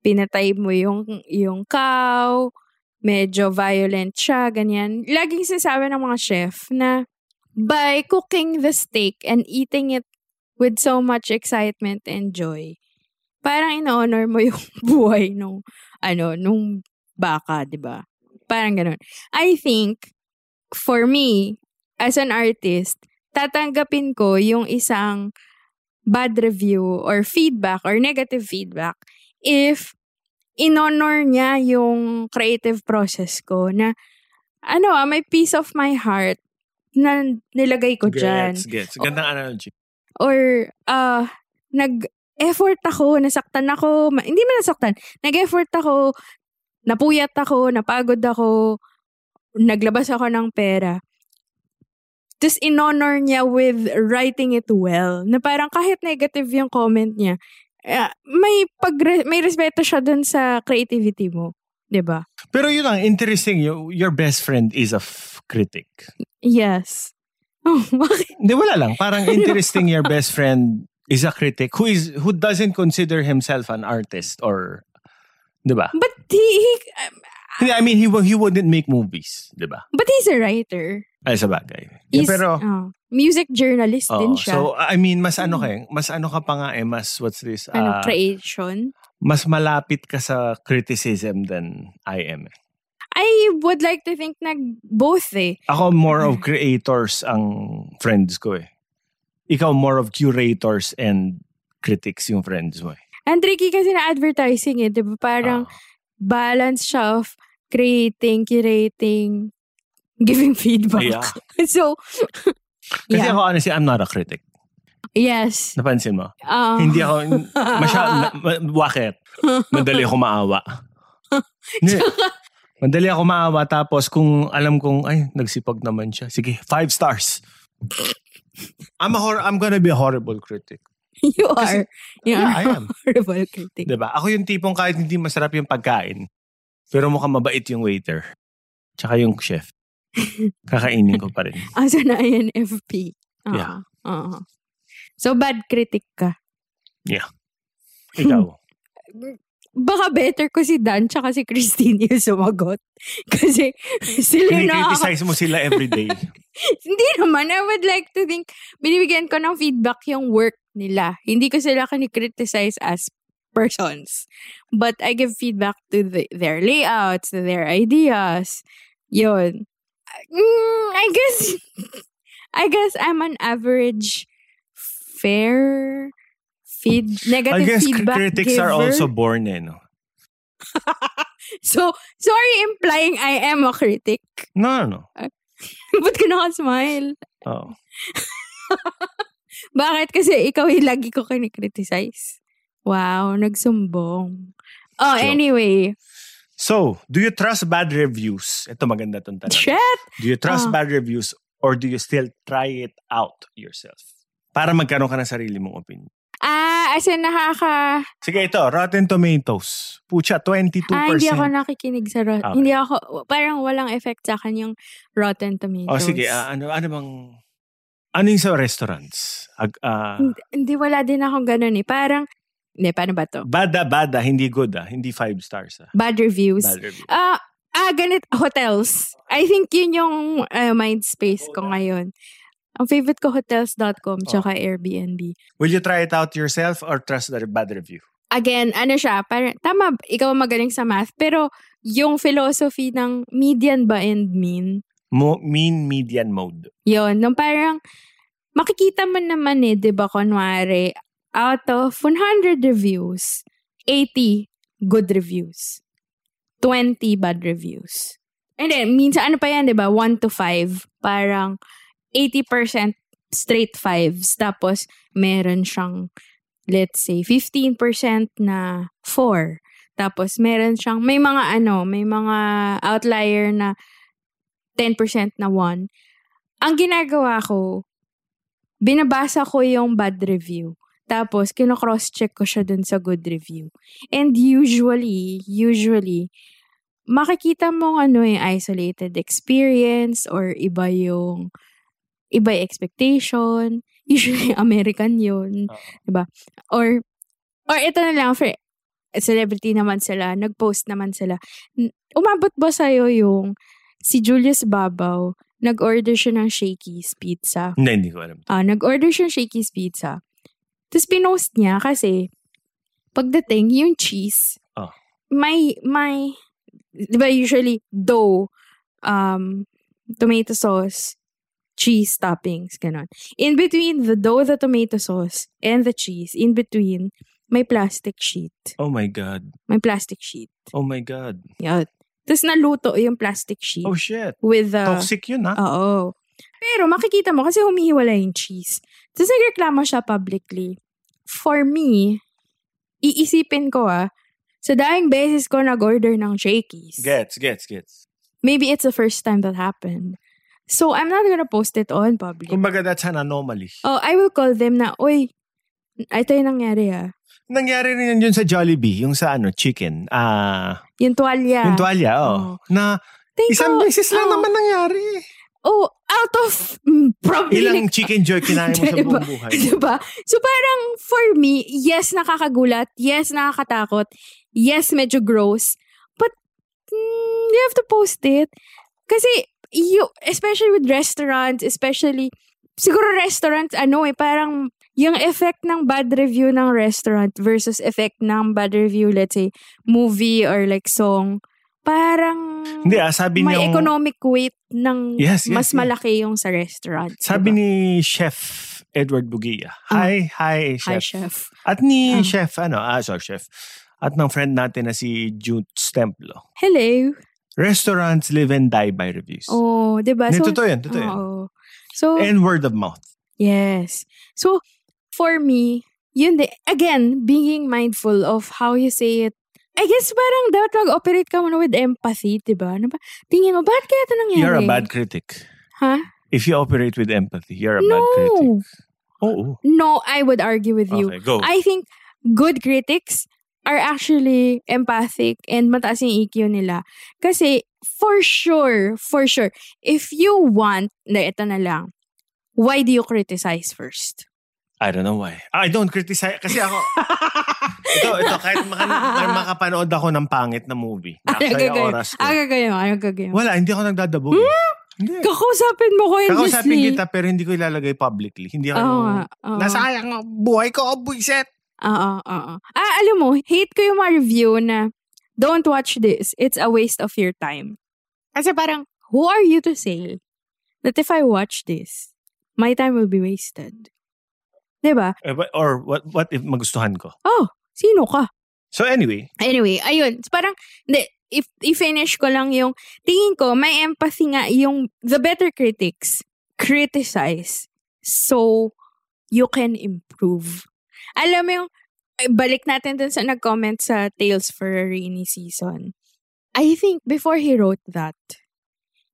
S2: pinatay mo yung, yung cow, medyo violent siya, ganyan. Laging sinasabi ng mga chef na by cooking the steak and eating it with so much excitement and joy, parang in-honor mo yung buhay nung, ano, nung baka, di ba? Parang ganun. I think, for me, as an artist, tatanggapin ko yung isang bad review or feedback or negative feedback if in-honor niya yung creative process ko na ano ah, may piece of my heart na nilagay ko dyan.
S1: Gets, gets. Gandang analogy.
S2: Or ah, nag-effort ako, nasaktan ako, ma- hindi man nasaktan, nag-effort ako, napuyat ako, napagod ako, naglabas ako ng pera. Tapos in-honor niya with writing it well. Na parang kahit negative yung comment niya, ah, may pag may respeto siya dun sa creativity mo. 'Di ba?
S1: Pero yun ang interesting, yo- your best friend is a f- critic.
S2: Yes. Oh, bakit?
S1: Hindi, wala lang. Parang interesting your best friend is a critic who is who doesn't consider himself an artist or, di ba?
S2: But he, he- ah,
S1: Hindi, I mean, he, wo- he wouldn't make movies, di ba?
S2: but he's a writer.
S1: Ay, sa bagay.
S2: He's,
S1: pero,
S2: ah, music journalist
S1: oo.
S2: din siya. Mm.
S1: so, I mean, mas ano ka, eh, mas ano ka pa nga eh, mas, what's this, ah,
S2: ano, creation.
S1: mas malapit ka sa criticism than I am. eh.
S2: I would like to think nag both eh.
S1: Ako, more of creators ang friends ko eh. Ikaw, more of curators and critics yung friends mo eh.
S2: Ang tricky kasi na advertising eh, 'di ba? Parang
S1: Ah.
S2: balance siya of creating, curating, giving feedback.
S1: Yeah.
S2: so,
S1: Kasi
S2: yeah.
S1: ako, honestly, I'm not a critic.
S2: yes.
S1: Napansin mo?
S2: Um,
S1: Hindi ako, masya, ma, wakit? Madali ako maawa. Hindi. Madali ako maawa tapos kung alam kong, ay, nagsipag naman siya. Sige, five stars. I'm a hor- I'm gonna be a horrible critic.
S2: you are. you
S1: Yeah,
S2: are
S1: I am.
S2: horrible critic.
S1: 'Di ba? Ako yung tipong kahit hindi masarap yung pagkain, pero mukhang mabait yung waiter. Tsaka yung chef. Kakainin ko pa rin.
S2: As an INFP. Oo.
S1: Yeah.
S2: oo. Ah, So, bad critic ka.
S1: Ikaw.
S2: Baka better ko si Dan tsaka si Christine yung sumagot. Kasi sila yung nakaka-
S1: Kinikriticize mo sila everyday.
S2: Hindi naman. I would like to think, binibigyan ko ng feedback yung work nila. Hindi ko sila kinikriticize as persons. But I give feedback to the, their layouts, to their ideas. Yun. Mm, I guess, I guess I'm an average fair feed,
S1: I
S2: negative
S1: guess
S2: feedback
S1: critics are
S2: giver.
S1: also born eh, no?
S2: So, sorry implying I am a critic.
S1: No, no, no.
S2: Ba't ka nakasmile?
S1: Oo.
S2: Bakit? Kasi ikaw yung lagi ko kinikriticize. Wow, nagsumbong. Oh,
S1: Joke.
S2: anyway.
S1: So, do you trust bad reviews? Ito maganda tong tanong.
S2: Shit!
S1: Do you trust
S2: Ah.
S1: bad reviews or do you still try it out yourself? Para magkaroon ka ng sarili mong opinion.
S2: Ah, as in nakaka...
S1: Sige, ito, Rotten Tomatoes. Pucha, 22%.
S2: Ah, hindi ako nakikinig sa... Rot-
S1: Okay.
S2: Hindi ako... Parang walang effect sa akin yung Rotten Tomatoes.
S1: oh, sige, ah, ano, ano bang... Ano yung sa restaurants? Ag, ah,
S2: hindi, hindi, wala din akong ganun eh. Parang... Hindi, paano ba to?
S1: bada, bada, hindi good ah. Hindi five stars ah.
S2: Bad reviews.
S1: Bad review.
S2: Ah, ah, ganit, hotels. I think yun yung ah, mind space ko
S1: Oh,
S2: ngayon. Ang favorite ko, hotels.com tsaka Airbnb.
S1: Will you try it out yourself or trust the bad review?
S2: again, ano siya, parang, tama, ikaw ang magaling sa math, pero yung philosophy ng median ba and mean,
S1: Mo, mean median mode.
S2: yon nung parang, makikita mo naman eh, di ba, kunwari, out of 100 reviews, 80 good reviews, 20 bad reviews. And then, minsan, ano pa yan, di ba, 1 to 5, parang 80% straight fives, tapos meron siyang, let's say, 15% na 4. Tapos meron siyang, may mga ano, may mga outlier na 10% na one. Ang ginagawa ko, binabasa ko yung bad review. Tapos, kino-cross-check ko siya dun sa good review. And usually, usually, makikita mo ano yung isolated experience or iba yung iba yung expectation. Usually, American yun. Diba? Or, or ito na lang, for celebrity naman sila, nag-post naman sila. N- Umabot ba sa'yo yung si Julius Babaw, nag-order siya ng Shakey's Pizza?
S1: Hindi, hindi ko alam.
S2: Ah, nag-order siya ng Shakey's Pizza. Tapos pinost niya kasi pagdating yung cheese,
S1: Ah.
S2: may, may, di ba usually dough, um, tomato sauce, cheese toppings, ganun. In between the dough, the tomato sauce, and the cheese, in between, may plastic sheet.
S1: Oh my God.
S2: May plastic sheet.
S1: Oh my God.
S2: Yun. Tapos naluto yung plastic sheet
S1: Oh shit.
S2: with the...
S1: Toxic yun ha.
S2: Oh. Oo. Pero makikita mo kasi humihiwalay yung cheese. Tapos nagreklamo siya publicly. For me, iisipin ko ah, sa daing beses ko nag-order ng Shakey's.
S1: Gets, gets, gets.
S2: Maybe it's the first time that happened. So, I'm not gonna post it on public.
S1: Kumbaga that's an anomaly.
S2: oh, I will call them na, Uy, ito yung nangyari ah.
S1: Nangyari rin yun sa Jollibee, yung sa ano, chicken. Ah,
S2: Yung tuwalya.
S1: yung tuwalya, oh.
S2: Oo.
S1: Na
S2: Tingin
S1: isang
S2: ko,
S1: beses lang
S2: oh,
S1: naman nangyari.
S2: Oh, out of mm, probably
S1: Ilang
S2: like,
S1: chicken joy kinain mo sa
S2: Diba?
S1: buong buhay.
S2: Diba? So parang for me, yes, nakakagulat. Yes, nakakatakot. Yes, medyo gross. But mm, you have to post it. Kasi, you, especially with restaurants, especially, siguro restaurants, ano eh, parang yung effect ng bad review ng restaurant versus effect ng bad review, let's say, movie or like song, parang
S1: Hindi ah, sabi
S2: may
S1: niyang-
S2: economic weight ng
S1: Yes, yes,
S2: mas
S1: yes.
S2: malaki yung sa restaurant.
S1: Sabi
S2: diba?
S1: ni Chef Edward Bugia. Hi, hi, Chef.
S2: Oh. Hi, chef.
S1: At ni
S2: Ah.
S1: Chef, ano, ah, sorry, Chef. At ng friend natin na si Jude Stemplo.
S2: Hello.
S1: Restaurants live and die by reviews.
S2: Oh, 'di ba?
S1: Hindi, totoo yan, totoo yan.
S2: Oo. So,
S1: And word of mouth.
S2: yes. So, for me, yun di, again, being mindful of how you say it. I guess parang dapat mag-operate ka muna with empathy, 'di ba? Ano ba? Tingin mo, bakit kaya ito nangyari?
S1: You're a bad critic.
S2: Ha?
S1: If you operate with empathy, you're a bad
S2: No.
S1: critic. Oh,
S2: No, I would argue with you.
S1: okay, go.
S2: I think good critics are actually empathic and mataas yung EQ nila. Kasi for sure, for sure, if you want, na ito na lang, why do you criticize first?
S1: I don't know why. I don't criticize. Kasi ako, ito, ito, kahit maka, kahit makapanood ako ng pangit na movie.
S2: Ah,
S1: Nakasaya
S2: Agagayo.
S1: oras ko.
S2: Agagayo. Agagayo.
S1: Wala, hindi ako nagdadabog. eh.
S2: Hmm?
S1: Hindi.
S2: Kakausapin mo ko, endlessly.
S1: Kakausapin kita pero hindi ko ilalagay publicly. Hindi ako
S2: Oo.
S1: yung,
S2: nga, oo.
S1: nasayang ang buhay ko, oh, buiset.
S2: Oo, oo. Ah, alam mo, hate ko yung mga review na don't watch this. It's a waste of your time. Kasi parang, who are you to say that if I watch this, my time will be wasted? 'Di ba?
S1: Eh, but- Or what, what if magustuhan ko?
S2: Oh, sino ka?
S1: So anyway,
S2: Anyway, ayun. So parang, hindi, if, i-finish ko lang yung, tingin ko, may empathy nga yung, the better critics criticize so you can improve. Alam mo yung, ay, balik natin dun sa nag-comment sa Tales for a Rainy Season. I think before he wrote that,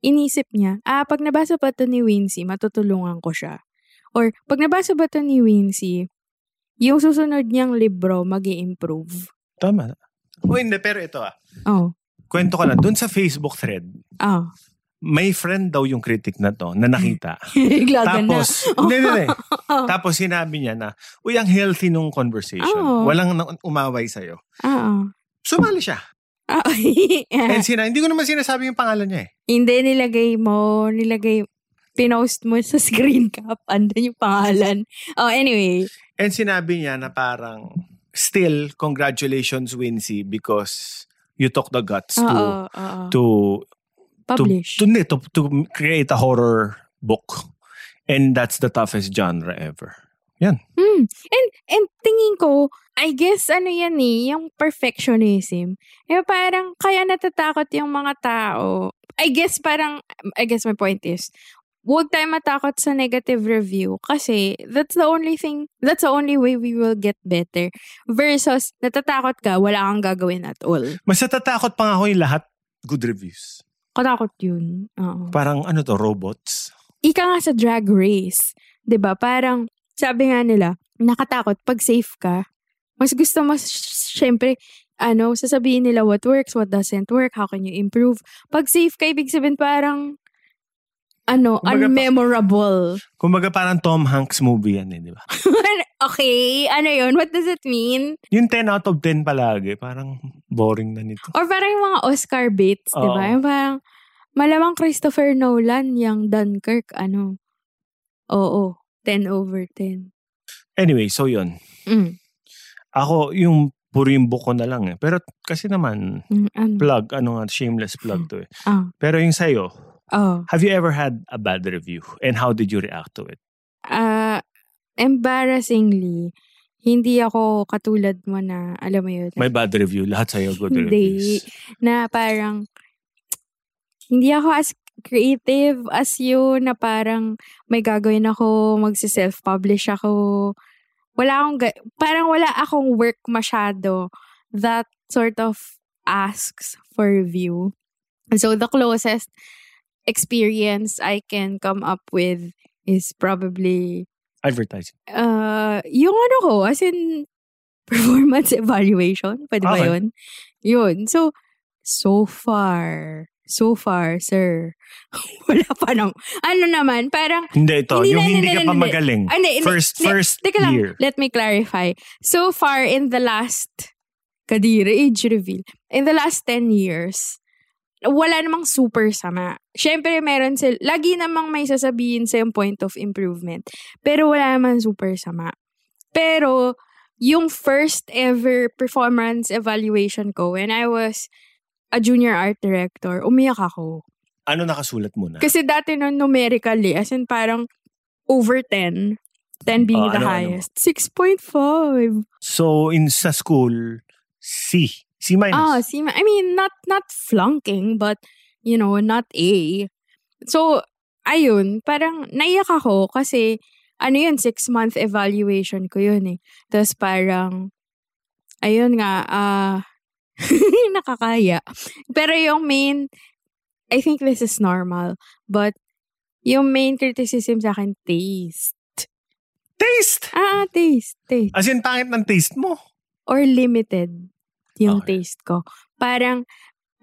S2: inisip niya, ah, pag nabasa pa to ni Wincy, matutulungan ko siya. Or, pag nabasa ba to ni Wincy, yung susunod niyang libro mag improve
S1: tama. O hindi, pero ito ah.
S2: Oh,
S1: Kwento ko lang, dun sa Facebook thread,
S2: ah.
S1: may friend daw yung critic na to na nakita.
S2: Iglagan na. Ah.
S1: Tapos, hindi, hindi, hindi. Tapos sinabi niya na, uy, ang healthy nung conversation.
S2: Oo.
S1: Walang na- umaway sa'yo.
S2: Oo.
S1: Sumali siya.
S2: Ah,
S1: And sina, hindi ko naman sinasabi yung pangalan niya eh.
S2: Hindi, nilagay mo, nilagay, pinost mo sa screen cap, andun yung pangalan. Oh, anyway.
S1: And sinabi niya na parang, still, congratulations Wincy because you took the guts
S2: Oo, oo.
S1: to, to
S2: ah, Publish.
S1: To, to, hindi, to, to create a horror book. And that's the toughest genre ever. Yan.
S2: Hmm. And, and tingin ko, I guess ano yan eh, yung perfectionism. Yung parang kaya natatakot yung mga tao. I guess parang, I guess my point is, Huwag tayo matakot sa negative review kasi that's the only thing, that's the only way we will get better. Versus, natatakot ka, wala kang gagawin at all.
S1: Mas natatakot pa nga ako yung lahat good reviews.
S2: Katakot yun. Oo.
S1: Parang ano to, robots.
S2: Ika nga sa drag race, 'di ba? Parang sabi nga nila, nakatakot pag safe ka. Mas gusto mo s- syempre ano, sasabihin nila what works, what doesn't work, how can you improve. Pag safe ka, ibig sabihin parang
S1: Kumbaga
S2: ano,
S1: pa-
S2: unmemorable.
S1: Kumbaga parang Tom Hanks movie yan eh, di ba?
S2: okay, ano yun? What does it mean?
S1: Yung 10 out of 10 palagi, parang boring na nito.
S2: Or parang yung mga Oscar baits, di ba?
S1: Oo.
S2: Yung parang, malamang Christopher Nolan, yung Dunkirk, ano. Oo, 10 over 10.
S1: Anyway, so yun.
S2: Mm.
S1: Hmm. Ako, yung puro yung buko na lang eh. Pero kasi naman,
S2: Mm, ano?
S1: plug, ano nga, shameless plug to eh.
S2: Ah.
S1: Pero yung sa'yo,
S2: Oh.
S1: have you ever had a bad review? And how did you react to it?
S2: Ah, embarrassingly, hindi ako katulad mo na, alam mo yun,
S1: May bad review, lahat sa'yo good
S2: Hindi.
S1: reviews.
S2: na parang, hindi ako as creative as you, na parang may gagawin ako, magsi-self-publish ako. Wala akong, ga- parang wala akong work masyado that sort of asks for review. So the closest experience I can come up with is probably
S1: Advertising.
S2: Uh, yung ano ko, as in, performance evaluation, pwede ba
S1: Okay.
S2: yun? Yun. So, so far, so far, sir, wala pa nang, ano naman, parang,
S1: Hindi ito,
S2: Hindi,
S1: yung
S2: hindi,
S1: hindi
S2: hindi,
S1: ka pa
S2: hindi.
S1: magaling.
S2: ano, hindi,
S1: First,
S2: hindi,
S1: first
S2: teka lang,
S1: year.
S2: let me clarify. So far, in the last, kadira, age reveal, in the last 10 years, wala namang super sama. Siyempre, meron sil, lagi namang may sasabihin sa yung point of improvement. Pero wala naman super sama. Pero, yung first ever performance evaluation ko, when I was a junior art director, umiyak ako.
S1: Ano nakasulat mo na?
S2: Kasi dati nun, numerically, as in parang over 10. 10 being
S1: Oh, ano,
S2: the
S1: ano?
S2: highest. 6.5.
S1: So, in sa school, C. C minus.
S2: Ah, see, I mean, not not flunking, but, you know, not A. So, ayun, parang naiyak ako kasi, ano yun, six-month evaluation ko yun eh. Tapos parang, ayun nga, ah, nakakaya. Pero yung main, I think this is normal, but yung main criticism sa akin, taste.
S1: taste!
S2: Ah, ah, taste, taste.
S1: As in, pangit ng taste mo.
S2: or limited yung
S1: Okay.
S2: taste ko. Parang,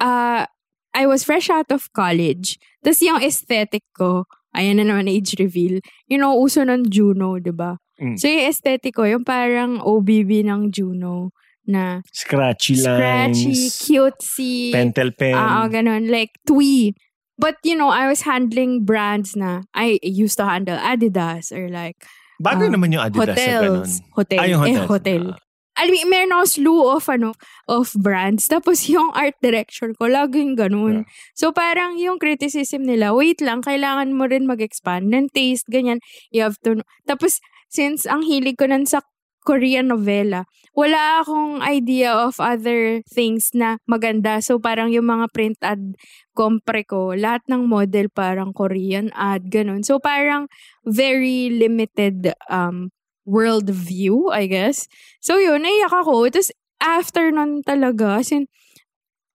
S2: ah, I was fresh out of college. Tapos yung aesthetic ko, ayan na naman age reveal. You know, uso ng Juno, di ba?
S1: Mm.
S2: So yung aesthetic ko, yung parang OBB ng Juno na
S1: Scratchy lines.
S2: scratchy, cutesy.
S1: Pentel pen.
S2: Ah, ganun. Like, twee. But, you know, I was handling brands na I used to handle Adidas or like
S1: Bagay
S2: ah,
S1: naman yung Adidas sa ganun.
S2: hotels. Hotel.
S1: Ah, yung
S2: Eh,
S1: hotels.
S2: hotel.
S1: Ah.
S2: I mean, meron ako slew of, ano, of brands. Tapos yung art direction ko, laging ganun.
S1: Yeah.
S2: So parang yung criticism nila, wait lang, kailangan mo rin mag-expand ng taste, ganyan. You have to know. Tapos, since ang hilig ko nun sa Korean novela, wala akong idea of other things na maganda. So parang yung mga print ad compre ko, lahat ng model parang Korean ad, ganun. So parang very limited um, world view, I guess. So yun, naiyak ako. Tapos after nun talaga, as in,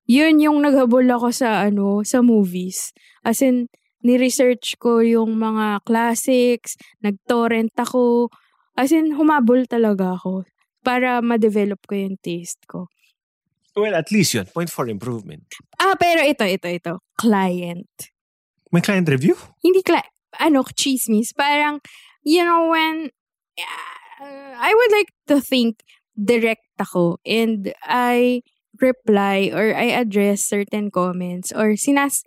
S2: yun yung naghabol ako sa ano, sa movies. As in, ni-research ko yung mga classics, nag-torrent ako. As in, humabol talaga ako para ma-develop ko yung taste ko.
S1: Well, at least yun. Point for improvement.
S2: Ah, pero ito, ito, ito. Client.
S1: May client review?
S2: Hindi cli ano, chismis. Parang, you know, when, uh, I would like to think direct ako and I reply or I address certain comments or sinas...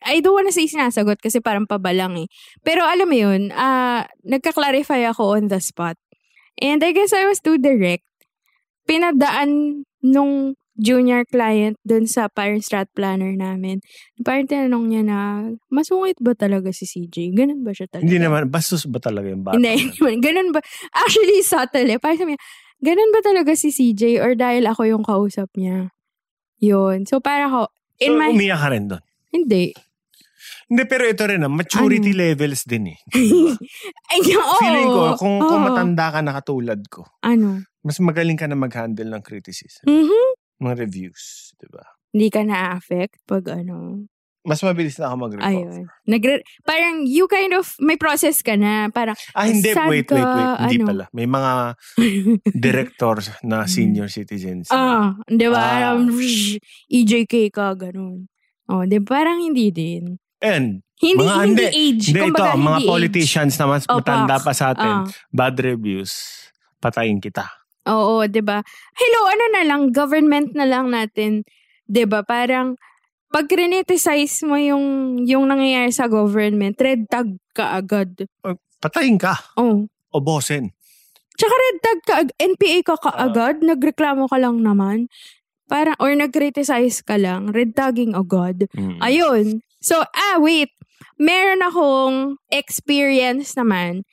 S2: I don't wanna say sinasagot kasi parang pabalang eh. Pero alam mo yun, ah, nagka-clarify ako on the spot. And I guess I was too direct. Pinadaan nung junior client dun sa parang strat planner namin. Parang tinanong niya na, masungit ba talaga si CJ? Ganun ba siya talaga?
S1: Hindi naman. Bastos ba talaga yung bata?
S2: Hindi, hindi naman. Ganun ba? Actually, subtle eh. Parang sabi niya, ganun ba talaga si CJ or dahil ako yung kausap niya? Yun. So, para ako,
S1: so,
S2: in my,
S1: umiyak ka rin doon.
S2: hindi.
S1: Hindi, pero ito rin ah, maturity
S2: Ano?
S1: levels din eh.
S2: Ay, oo.
S1: Feeling ko, kung, kung
S2: Oo.
S1: matanda ka na katulad ko,
S2: Ano?
S1: mas magaling ka na mag-handle ng criticism,
S2: Mhm.
S1: mga reviews, di ba?
S2: Hindi ka na-affect pag ano.
S1: Mas mabilis na ako mag-recover.
S2: Ayun. Nagre- parang you kind of, may process ka na. Parang,
S1: Ah, hindi.
S2: Sad
S1: wait,
S2: ka,
S1: wait, wait. Hindi
S2: ano?
S1: pala. May mga director na senior citizens.
S2: Mm. ah,
S1: Ah.
S2: di ba? Um, EJK ka, ganun. Oh, di parang hindi din.
S1: And,
S2: Hindi,
S1: Mga-
S2: hindi,
S1: hindi.
S2: age.
S1: hindi ito,
S2: Kumbaga,
S1: mga
S2: hindi age.
S1: politicians na mas
S2: Oh,
S1: matanda
S2: Pax.
S1: pa sa
S2: Ah.
S1: atin. Bad reviews, patayin kita.
S2: Oo, 'di ba? Hello, ano na lang, government na lang natin, 'di ba? Parang pag criticize mo yung yung nangyayari sa government, red tag ka agad.
S1: Patayin ka.
S2: Oh.
S1: O bosin.
S2: Tsaka red tag ka ag- NPA ka kaagad, nagreklamo ka lang naman. Parang or nag-criticize ka lang, red tagging agad.
S1: Mm.
S2: Ayun. So, ah, wait. Meron akong experience naman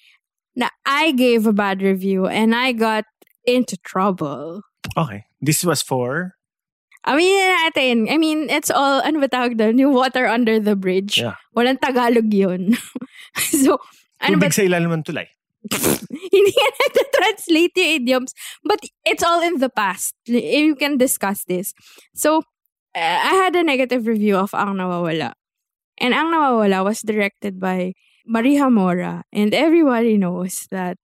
S2: na I gave a bad review and I got into trouble.
S1: Okay. This was for...
S2: Aminin na natin. I mean, it's all, ano ba tawag doon? Yung water under the bridge.
S1: Yeah.
S2: Walang Tagalog yun. so, ano ba?
S1: Tubig sa ilalim ng tulay.
S2: Hindi nga nagtatranslate yung idioms. But it's all in the past. You can discuss this. So, uh, I had a negative review of Ang Nawawala. And Ang Nawawala was directed by Maria Mora. And everybody knows that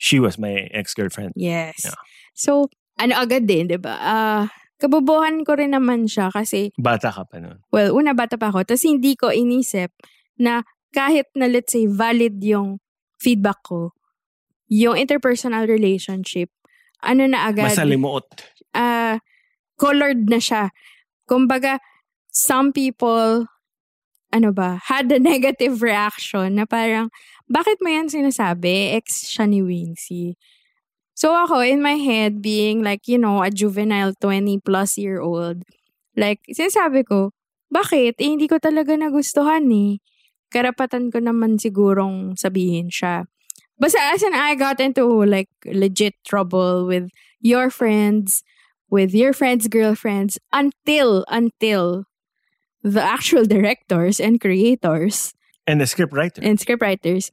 S1: She was my ex-girlfriend.
S2: Yes.
S1: Yeah.
S2: So, ano agad din, di ba? Ah, kabobohan ko rin naman siya kasi,
S1: Bata ka pa nun.
S2: well, una bata pa ako, tapos hindi ko inisip na kahit na let's say valid yung feedback ko, yung interpersonal relationship, ano na agad,
S1: Masalimuot.
S2: ah, colored na siya. Kumbaga, some people, ano ba, had a negative reaction na parang, bakit mo yan sinasabi? Ex siya ni Wincy. So ako, in my head, being like, you know, a juvenile 20 plus year old, like, sinasabi ko, bakit? Eh, hindi ko talaga nagustuhan eh. Karapatan ko naman sigurong sabihin siya. Basta as in, I got into like legit trouble with your friends, with your friends' girlfriends, until, until the actual directors and creators
S1: And a scriptwriter.
S2: and scriptwriters,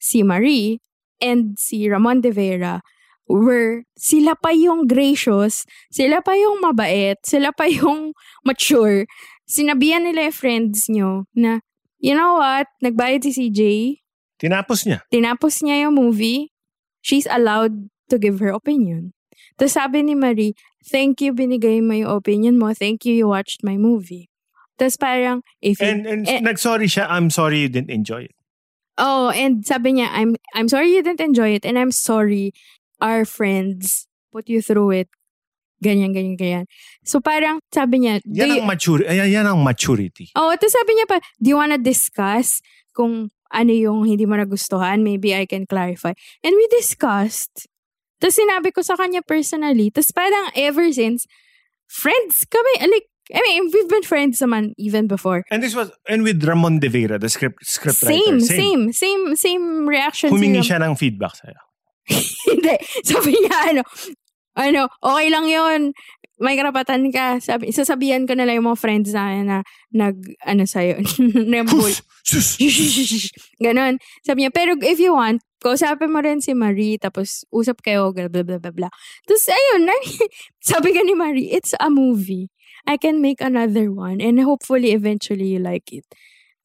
S2: si Marie and si Ramon de Vera, were sila pa yung gracious, sila pa yung mabait, sila pa yung mature. Sinabihan nila yung friends nyo na, you know what, nagbayad si CJ,
S1: Tinapos niya.
S2: tinapos niya yung movie, she's allowed to give her opinion. Tapos sabi ni Marie, thank you, binigay mo yung opinion mo, thank you, you watched my movie. Tapos parang, if you-
S1: And, and
S2: Eh,
S1: nag-sorry siya. I'm sorry you didn't enjoy it.
S2: Oh, and sabi niya, I'm I'm sorry you didn't enjoy it and I'm sorry our friends put you through it. Ganyan, ganyan, ganyan. So parang sabi niya, do
S1: Yan
S2: you,
S1: ang, mature, ayan, yan ang maturity.
S2: oh, ito sabi niya pa, do you wanna discuss kung ano yung hindi mo nagustuhan? Maybe I can clarify. And we discussed. Tapos sinabi ko sa kanya personally. Tapos parang ever since, friends kami. Like, I mean, we've been friends naman even before.
S1: And this was, and with Ramon De Vera, the script, scriptwriter.
S2: Same, same, same, same, reaction. si
S1: Humingi
S2: Ram-
S1: siya ng feedback sa'yo.
S2: Hindi. Sabi niya, ano, ano, okay lang yun. May karapatan ka. Sabi, sasabihan ko na lang yung mga friends namin na nag, ano sa'yo, na bull-
S1: Sus!
S2: Ganon. Sabi niya, pero if you want, kausapin mo rin si Marie, tapos usap kayo, blah, blah, blah, blah, blah. Tapos, ayun, nag- sabi ka ni Marie, it's a movie. I can make another one and hopefully eventually you like it.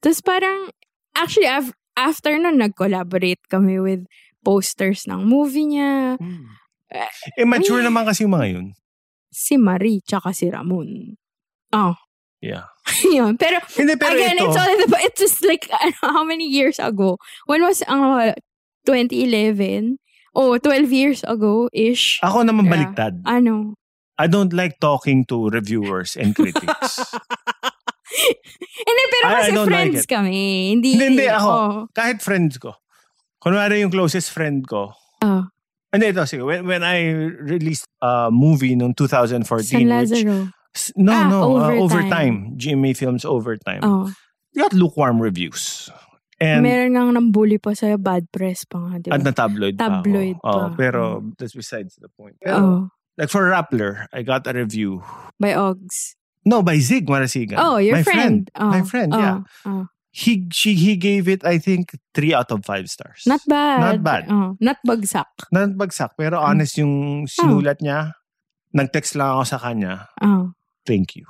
S2: Tapos parang, actually, af- after nun, nag-collaborate kami with posters ng movie niya,
S1: Eh, mature naman kasi yung mga yun.
S2: si Marie, tsaka si Ramon. Oh,
S1: Yeah.
S2: yun. Pero,
S1: Hindi, pero ito,
S2: Again, it's all in the, it's just like ano, how many years ago? When was ang uh, 2011? Oh, 12 years ago ish.
S1: ako naman
S2: Yeah.
S1: baliktad.
S2: Ano?
S1: I don't like talking to reviewers and critics.
S2: Hindi, pero
S1: I- I
S2: kasi
S1: don't like
S2: friends
S1: it.
S2: kami. Hindi,
S1: Hindi, hindi, ako.
S2: oh.
S1: Kahit friends ko. Kunwari yung closest friend ko.
S2: Oh.
S1: Hindi, ito, sige. When, when I released a movie noong 2014,
S2: San
S1: which,
S2: Lazaro.
S1: s- no,
S2: Ah,
S1: no, uh,
S2: Overtime.
S1: Overtime. GMA Films Overtime.
S2: Oh.
S1: Got lukewarm reviews. And,
S2: Meron nga nang bully pa sa'yo, bad press pa nga, di ba?
S1: at na tabloid,
S2: Tabloid
S1: pa ako. Oh,
S2: pa. Mm.
S1: pero that's besides the point. Pero,
S2: oh,
S1: Like for Rappler, I got a review.
S2: by Ogs.
S1: No, by Zig Marasigan.
S2: Oh, your
S1: my
S2: friend.
S1: friend.
S2: Oh,
S1: My friend,
S2: oh,
S1: yeah.
S2: oh.
S1: he she he gave it I think 3 out of 5 stars.
S2: Not bad.
S1: Not bad.
S2: Oh, not bagsak.
S1: Nanbagsak pero
S2: Hmm.
S1: honest yung sinulat niya. Nag-text lang ako sa kanya.
S2: Oh.
S1: Thank you.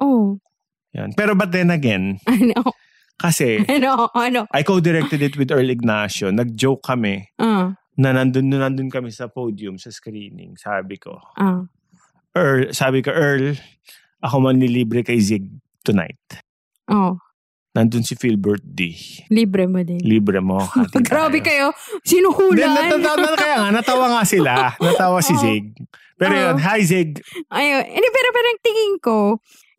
S2: Oh.
S1: Yan. Pero but then again,
S2: I know.
S1: kasi
S2: I know. I know.
S1: I co-directed it with Earl Ignacio. Nag-joke kami
S2: Uh,
S1: na nandun, nandun kami sa podium, sa screening. Sabi ko,
S2: uh.
S1: Earl, sabi ko, Earl, ako manlilibre kay Zig tonight.
S2: Oh.
S1: Nandun si Philbert D.
S2: Libre mo din.
S1: Libre mo. Hati
S2: Grabe
S1: tayo.
S2: kayo.
S1: Then,
S2: Sinuhulan.
S1: natawa, nat- kaya nga, natawa nga sila. Natawa si
S2: Oo.
S1: Zig. Pero
S2: Oo.
S1: yun, hi Zig.
S2: Ayun. Hindi, eh, pero parang tingin ko,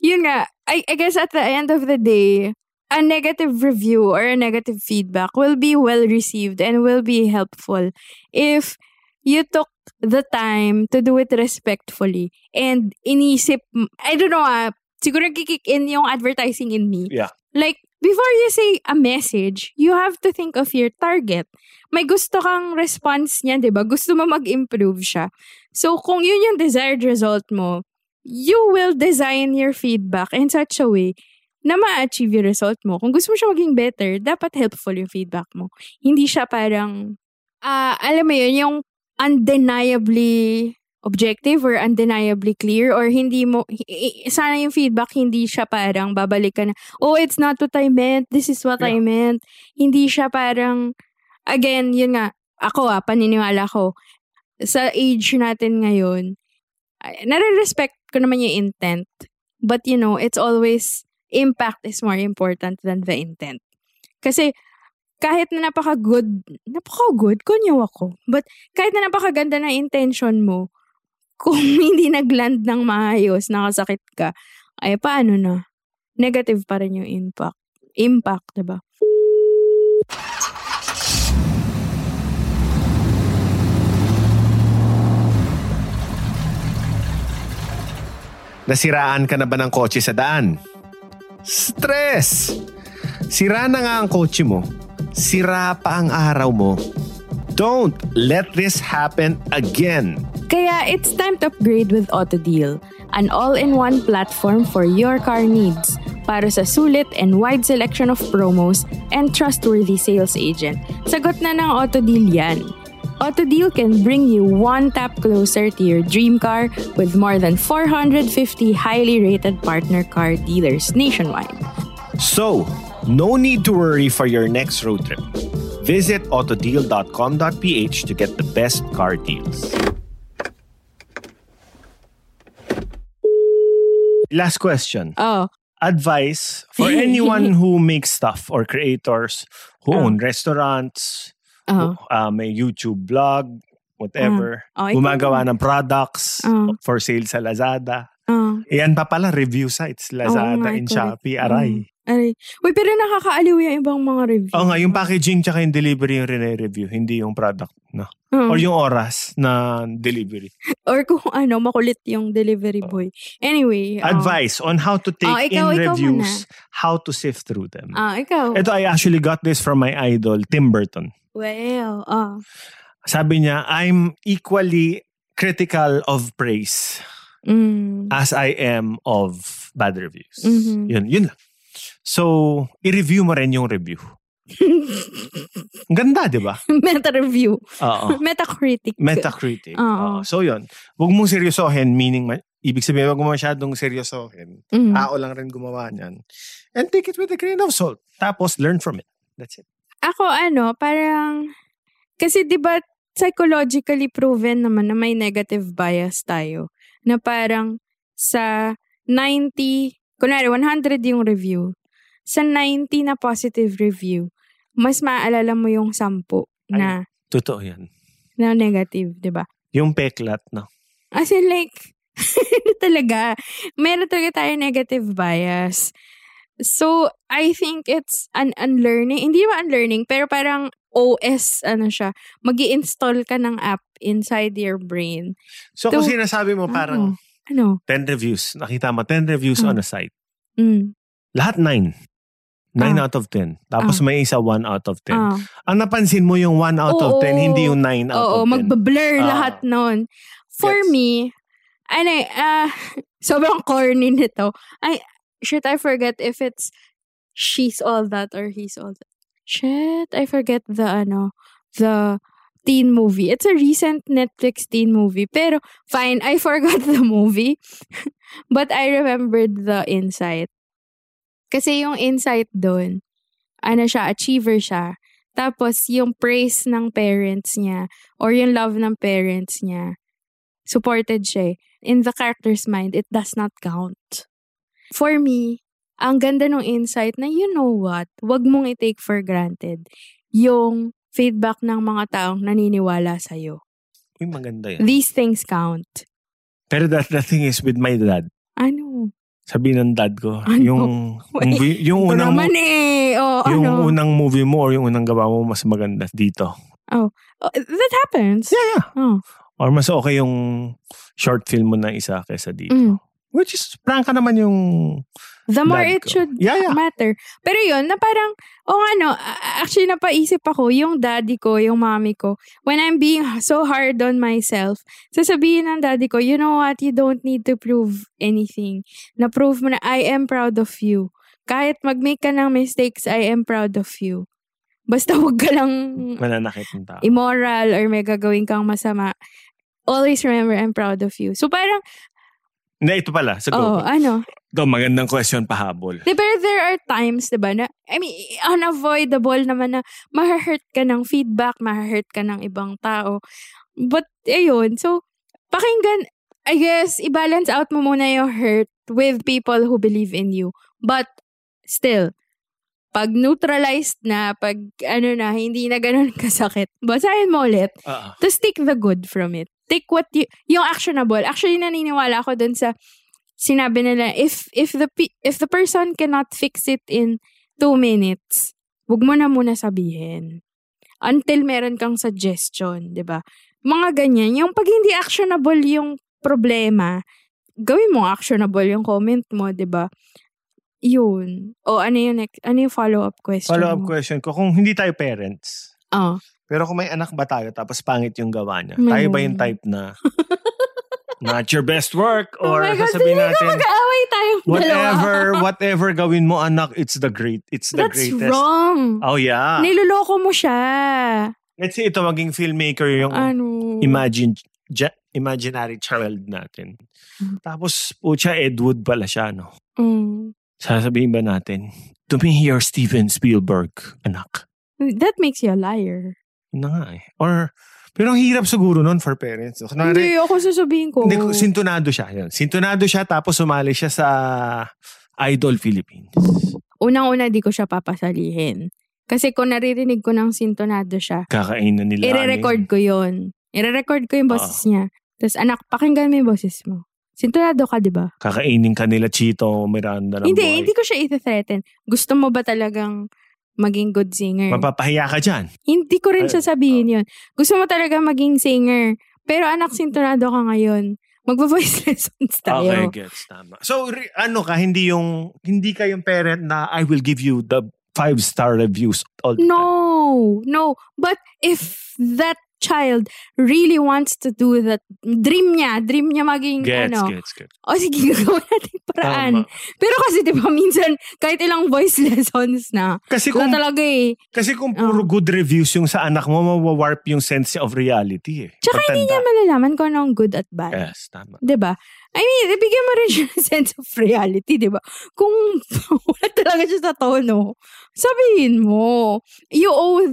S2: yun nga, I, I guess at the end of the day, a negative review or a negative feedback will be well received and will be helpful if you took the time to do it respectfully and inisip, I don't know ah, siguro kikick in yung advertising in me.
S1: Yeah.
S2: Like, before you say a message, you have to think of your target. May gusto kang response niya, di ba? Gusto mo mag-improve siya. So, kung yun yung desired result mo, you will design your feedback in such a way na ma-achieve yung result mo. Kung gusto mo siya maging better, dapat helpful yung feedback mo. Hindi siya parang, ah, alam mo yun, yung undeniably objective or undeniably clear or hindi mo, hi- hi- sana yung feedback hindi siya parang babalik ka na, oh, it's not what I meant, this is what I meant. Hindi siya parang, again, yun nga, ako ah, paniniwala ko, sa age natin ngayon, ay, nare-respect ko naman yung intent. But you know, it's always, impact is more important than the intent. Kasi, kahit na napaka-good, napaka-good, kunyo ako. But, kahit na napakaganda na intention mo, kung hindi nag-land ng maayos, nakasakit ka, ay paano na? Negative pa rin yung impact. Impact, diba?
S1: Nasiraan ka na ba ng kotse sa daan? Stress! Sira na nga ang kotse mo. Sira pa ang araw mo. Don't let this happen again.
S2: Kaya it's time to upgrade with AutoDeal, an all-in-one platform for your car needs para sa sulit and wide selection of promos and trustworthy sales agent. Sagot na ng AutoDeal yan. AutoDeal can bring you one tap closer to your dream car with more than 450 highly rated partner car dealers nationwide.
S1: So, no need to worry for your next road trip. Visit autodeal.com.ph to get the best car deals. Last question.
S2: Oh,
S1: Advice for anyone who makes stuff or creators who
S2: Oh.
S1: own restaurants,
S2: oh,
S1: uh, may YouTube blog, whatever.
S2: Oh. Oh, ikaw
S1: Gumagawa ng products
S2: Oh.
S1: for sale sa Lazada.
S2: oh.
S1: Ayan pa pala, review sites.
S2: Oo nga, Mm.
S1: Lazada and
S2: correct.
S1: Shopee, aray.
S2: Aray. Uy, pero nakakaaliw yung ibang mga review.
S1: Oo nga, yung packaging tsaka yung delivery yung rene-review, hindi yung product na.
S2: Oh.
S1: Or yung oras na delivery.
S2: or kung ano, makulit yung delivery boy. Anyway. ah,
S1: Advice on how to take
S2: Oh, ikaw-
S1: in
S2: ikaw
S1: reviews, how to sift through them.
S2: Ah, ikaw.
S1: Ito, I actually got this from my idol, Tim Burton.
S2: well, ah.
S1: Sabi niya, I'm equally critical of praise
S2: Mm.
S1: as I am of bad reviews.
S2: Mhm.
S1: Yun, yun lang. So, i-review mo rin yung review. Ang ganda, di ba?
S2: Meta review.
S1: Oo.
S2: Metacritic.
S1: Metacritic. Oo.
S2: Oo.
S1: So yun, huwag mong seryosohin, meaning, ma- ibig sabihin, huwag mo masyadong seryosohin.
S2: Mm.
S1: Tao lang rin gumawa niyan. And take it with a grain of salt. Tapos learn from it. That's it.
S2: Ako ano, parang, kasi di ba psychologically proven naman na may negative bias tayo. Na parang sa 90, kunwari 100 yung review, sa 90 na positive review, mas maaalala mo yung 10 na,
S1: Totoo yan.
S2: na negative, di ba?
S1: Yung peklat, no?
S2: As in like, ano talaga, meron talaga tayo negative bias. So, I think it's an unlearning. Hindi ba unlearning, pero parang OS, ano siya, mag install ka ng app inside your brain.
S1: So kung
S2: To-
S1: sinasabi mo parang
S2: Ano?
S1: 10 reviews, nakita mo 10 reviews
S2: Ah.
S1: on a site.
S2: Mm.
S1: Lahat 9. 9
S2: Ah.
S1: out of 10. Tapos
S2: Ah.
S1: may isa 1 out of 10.
S2: Ah.
S1: Ang napansin mo yung 1 out of
S2: Oo.
S1: 10, hindi yung 9 out
S2: Oo,
S1: of 10.
S2: magbablur
S1: Ah.
S2: lahat nun. For
S1: Gets.
S2: me, ano eh, ah, sobrang corny nito. I, shit, I forget if it's she's all that or he's all that. Shit, I forget the ano, the teen movie. It's a recent Netflix teen movie. Pero fine, I forgot the movie. but I remembered the insight. Kasi yung insight doon, ano siya, achiever siya. Tapos yung praise ng parents niya or yung love ng parents niya, supported siya. eh. In the character's mind, it does not count. For me, ang ganda ng insight na you know what, wag mong i-take for granted yung feedback ng mga taong naniniwala sa'yo.
S1: Uy, maganda yan.
S2: These things count.
S1: Pero that the thing is with my dad.
S2: Ano?
S1: Sabi ng dad ko,
S2: Ano?
S1: yung, yung,
S2: Wait,
S1: vi- yung
S2: Ito
S1: unang,
S2: naman eh. Oh,
S1: yung
S2: ano?
S1: unang movie mo or yung unang gawa mo mas maganda dito.
S2: Oh, that happens.
S1: Yeah, yeah.
S2: Oh.
S1: Or mas okay yung short film mo na isa kesa dito.
S2: Mm.
S1: Which is, prangka naman yung
S2: The more
S1: dad
S2: it
S1: ko.
S2: should
S1: Yeah, yeah.
S2: matter. Pero yun, na parang, o oh, ano, a- actually napaisip ako, yung daddy ko, yung mommy ko, when I'm being so hard on myself, sasabihin ng daddy ko, you know what, you don't need to prove anything. Na-prove mo na, I am proud of you. Kahit mag-make ka ng mistakes, I am proud of you. Basta huwag ka lang
S1: mananakit ng tao.
S2: immoral or may gagawin kang masama. Always remember, I'm proud of you. So parang,
S1: Hindi, ito pala. Sa go.
S2: oh, ano,
S1: Ito, magandang question pahabol.
S2: Di, pero there are times, di ba, na, I mean, unavoidable naman na mahahurt ka ng feedback, mahahurt ka ng ibang tao. But, ayun, so, pakinggan, I guess, i-balance out mo muna yung hurt with people who believe in you. But, still, pag neutralized na, pag ano na, hindi na ganun kasakit, basahin mo ulit.
S1: Ah, ah.
S2: Tapos take the good from it. Take what you, yung actionable. Actually, naniniwala ako dun sa sinabi nila, if, if, the, pe- if the person cannot fix it in two minutes, wag mo na muna sabihin. Until meron kang suggestion, di ba? Mga ganyan. Yung pag hindi actionable yung problema, gawin mo actionable yung comment mo, di ba? Yun. O ano yung, next, ano yung follow-up question
S1: Follow-up
S2: mo?
S1: question ko, kung hindi tayo parents,
S2: Ah.
S1: pero kung may anak ba tayo tapos pangit yung gawa niya,
S2: May
S1: tayo ba
S2: ganun.
S1: yung type na not your best work or
S2: oh my God,
S1: sasabihin
S2: feeling ko
S1: natin,
S2: mag-aaway tayong dalawa.
S1: whatever, whatever gawin mo anak, it's the great, it's the
S2: That's
S1: greatest.
S2: wrong.
S1: Oh yeah.
S2: Niloloko mo siya.
S1: Let's say ito maging filmmaker yung
S2: Ano?
S1: imagine ja- imaginary child natin.
S2: Mm-hmm.
S1: Tapos, pucha, Ed Wood pala siya, no?
S2: Mm.
S1: Sasabihin ba natin, to me, you're Steven Spielberg, anak.
S2: That makes you a liar.
S1: Yun na nga eh. Or, pero ang hirap siguro nun for parents. Kunwari,
S2: Hindi, ako sasabihin ko.
S1: hindi ko- sintunado siya. Yun. Sintunado siya, tapos sumali siya sa Idol Philippines.
S2: Unang-una, di ko siya papasalihin. Kasi kung naririnig ko ng sintonado siya,
S1: Kakainan nila. ano
S2: ire-record ko yon. Ire-record ko
S1: Ah.
S2: yung boses niya. Tapos, anak, pakinggan mo yung boses mo. Sintonado ka, di ba?
S1: Kakainin kanila Chito, Miranda ng
S2: Hindi,
S1: buhay.
S2: hindi ko siya iti-threaten. Gusto mo ba talagang maging good singer?
S1: Mapapahiya ka dyan.
S2: Hindi ko
S1: Ay,
S2: rin siya sabihin yun. Gusto mo talaga maging singer. Pero anak, sintonado ka ngayon. Magpa-voice lessons tayo.
S1: Okay, gets. Tama. So, re- ano ka, hindi yung, hindi ka yung parent na I will give you the five-star reviews all the time.
S2: No, no. But if that child really wants to do that, dream niya, dream niya maging
S1: Gets,
S2: ano.
S1: gets, gets.
S2: O sige, gagawa natin yung paraan.
S1: Tama.
S2: Pero kasi di ba minsan, kahit ilang voice lessons na,
S1: Kasi
S2: wala
S1: kung,
S2: talaga eh.
S1: kasi kung puro
S2: Oh.
S1: good reviews yung sa anak mo, mawawarp yung sense of reality eh.
S2: Tsaka hindi niya
S1: Pagtanda.
S2: malalaman kung anong good at bad.
S1: Yes, tama.
S2: 'di ba? Diba? I mean, ibigay mo rin siya ng sense of reality, 'di ba? Kung wala talaga siya sa tono, sabihin mo, you owe,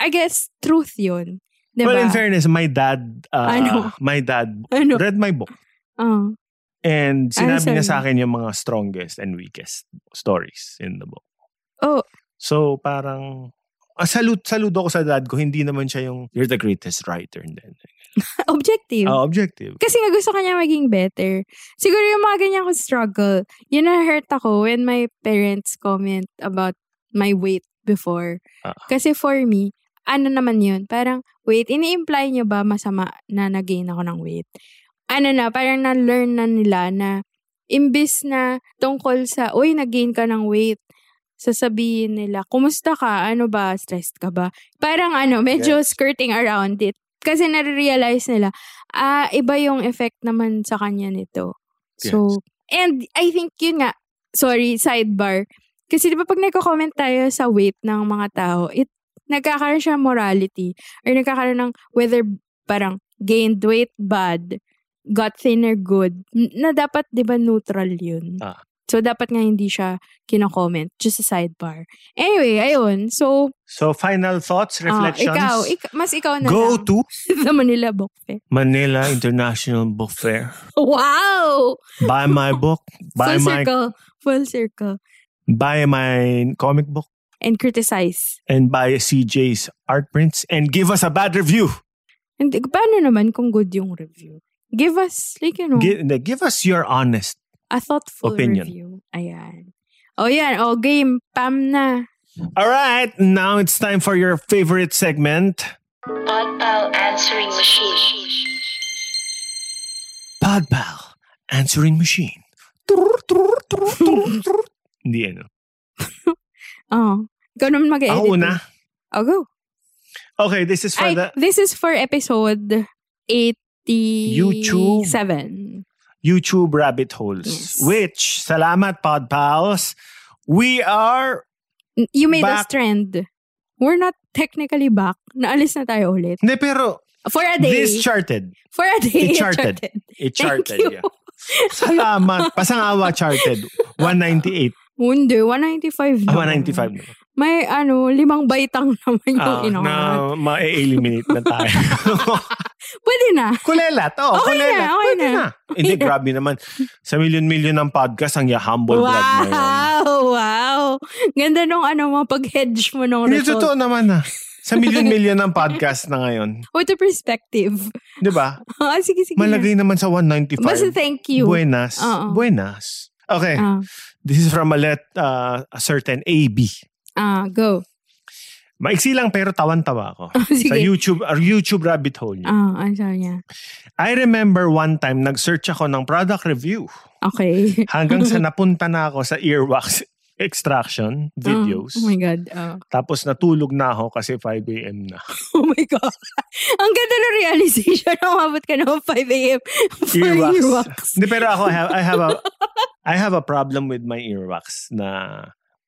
S2: I guess, truth yun. Diba? 'Di ba?
S1: Well, in fairness, my dad, uh,
S2: Ano?
S1: my dad
S2: ano?
S1: read my book.
S2: Ah,
S1: And sinabi
S2: sabi
S1: niya sa
S2: niya?
S1: akin yung mga strongest and weakest stories in the book.
S2: Oh.
S1: So, parang, ah, salute, salute ako sa dad ko. Hindi naman siya yung, you're the greatest writer. And then,
S2: objective.
S1: ah, objective.
S2: Kasi nga gusto kanya maging better. Siguro yung mga ganyan ko struggle. Yun na hurt ako when my parents comment about my weight before.
S1: Ah.
S2: Kasi for me, ano naman yun? Parang, wait, ini-imply nyo ba masama na nag-gain ako ng weight? Ano na, parang na-learn na nila na imbis na tungkol sa, uy, nag-gain ka ng weight, sasabihin nila, kumusta ka? Ano ba? Stressed ka ba? Parang ano, medyo skirting around it. Kasi nare-realize nila, ah, iba yung effect naman sa kanya nito. So, and I think yun nga, sorry, sidebar, Kasi di ba pag nagko-comment tayo sa weight ng mga tao, it nagkakaroon siya ng morality or nagkakaroon ng whether parang gained weight bad, got thinner good, n- na dapat di ba neutral yun.
S6: Ah.
S2: So dapat nga hindi siya kino-comment, just a sidebar. Anyway, ayun. So,
S1: So, final thoughts,
S2: ah,
S1: reflections?
S2: ikaw, ik- mas ikaw na
S1: Go
S2: lang.
S1: to
S2: the Manila Book Fair.
S1: Manila International Book Fair.
S2: Wow!
S1: Buy my book. Buy
S2: Full
S1: my
S2: circle. Full circle.
S1: buy my comic book
S2: And criticize.
S1: and buy CJ's art prints and give us a bad review.
S2: And eh, paano naman kung good yung review? Give us, like, you know,
S1: Give, give us your honest.
S2: a thoughtful
S1: opinion.
S2: review. Ayan. O yan, o game, pam na.
S1: All right, now it's time for your favorite segment,
S3: Podpal answering machine.
S1: Podpal answering machine. Turr, turr, turr, turr, turr. Hindi ano.
S2: Oh. Ikaw naman mag-edit.
S1: Ako una.
S2: eh. O, go.
S1: Okay, this is for
S2: Ay,
S1: the
S2: this is for episode 87.
S1: YouTube. YouTube rabbit holes.
S2: Yes.
S1: Which, salamat pod pals, we are,
S2: N- You made us
S1: Back.
S2: trend. We're not technically back. Naalis na tayo ulit.
S1: hindi pero
S2: For a day.
S1: this charted.
S2: for a day.
S1: It charted. It
S2: Thank
S1: charted.
S2: you.
S1: Yeah. Salamat. Pasangawa charted. 198.
S2: Hindi, 195
S1: Ah,
S2: na.
S1: 195 na.
S2: May ano, limang baitang naman yung
S1: Ah,
S2: inangat.
S1: na ma-eliminate na tayo.
S2: Pwede na.
S1: kulelat. Oh,
S2: Okay na,
S1: kulelat.
S2: okay
S1: Pwede
S2: na.
S1: na. Hindi, grabe naman. Sa million-million ng podcast, ang humble vlog na yun.
S2: Wow, wow. Ganda nung ano mo, pag-hedge mo nung
S1: Hindi,
S2: result.
S1: totoo naman na. Sa million-million ng podcast na ngayon.
S2: With a perspective.
S1: Di ba?
S2: Ah, sige, sige.
S1: Malagay naman sa 195.
S2: Basta thank you.
S1: Buenas.
S2: Oo.
S1: Buenas. Okay.
S2: Ah,
S1: This is from a, let, uh, a certain AB.
S2: ah, go. Oh,
S1: Maiksi lang pero tawan-tawa ako. Sa
S2: sige.
S1: YouTube, or YouTube rabbit hole niya.
S2: Ah, ano sabi niya?
S1: I remember one time nag-search ako ng product review
S2: Okay.
S1: hanggang sa napunta na ako sa earwax extraction videos.
S2: Oh, my God. ah.
S1: Tapos natulog na ako kasi 5 a.m. na.
S2: Oh my God. Ang ganda ng realization. Umabot ka ng 5 a.m. for earwax.
S1: Hindi, pero ako, I have, I have a I have a problem with my earwax na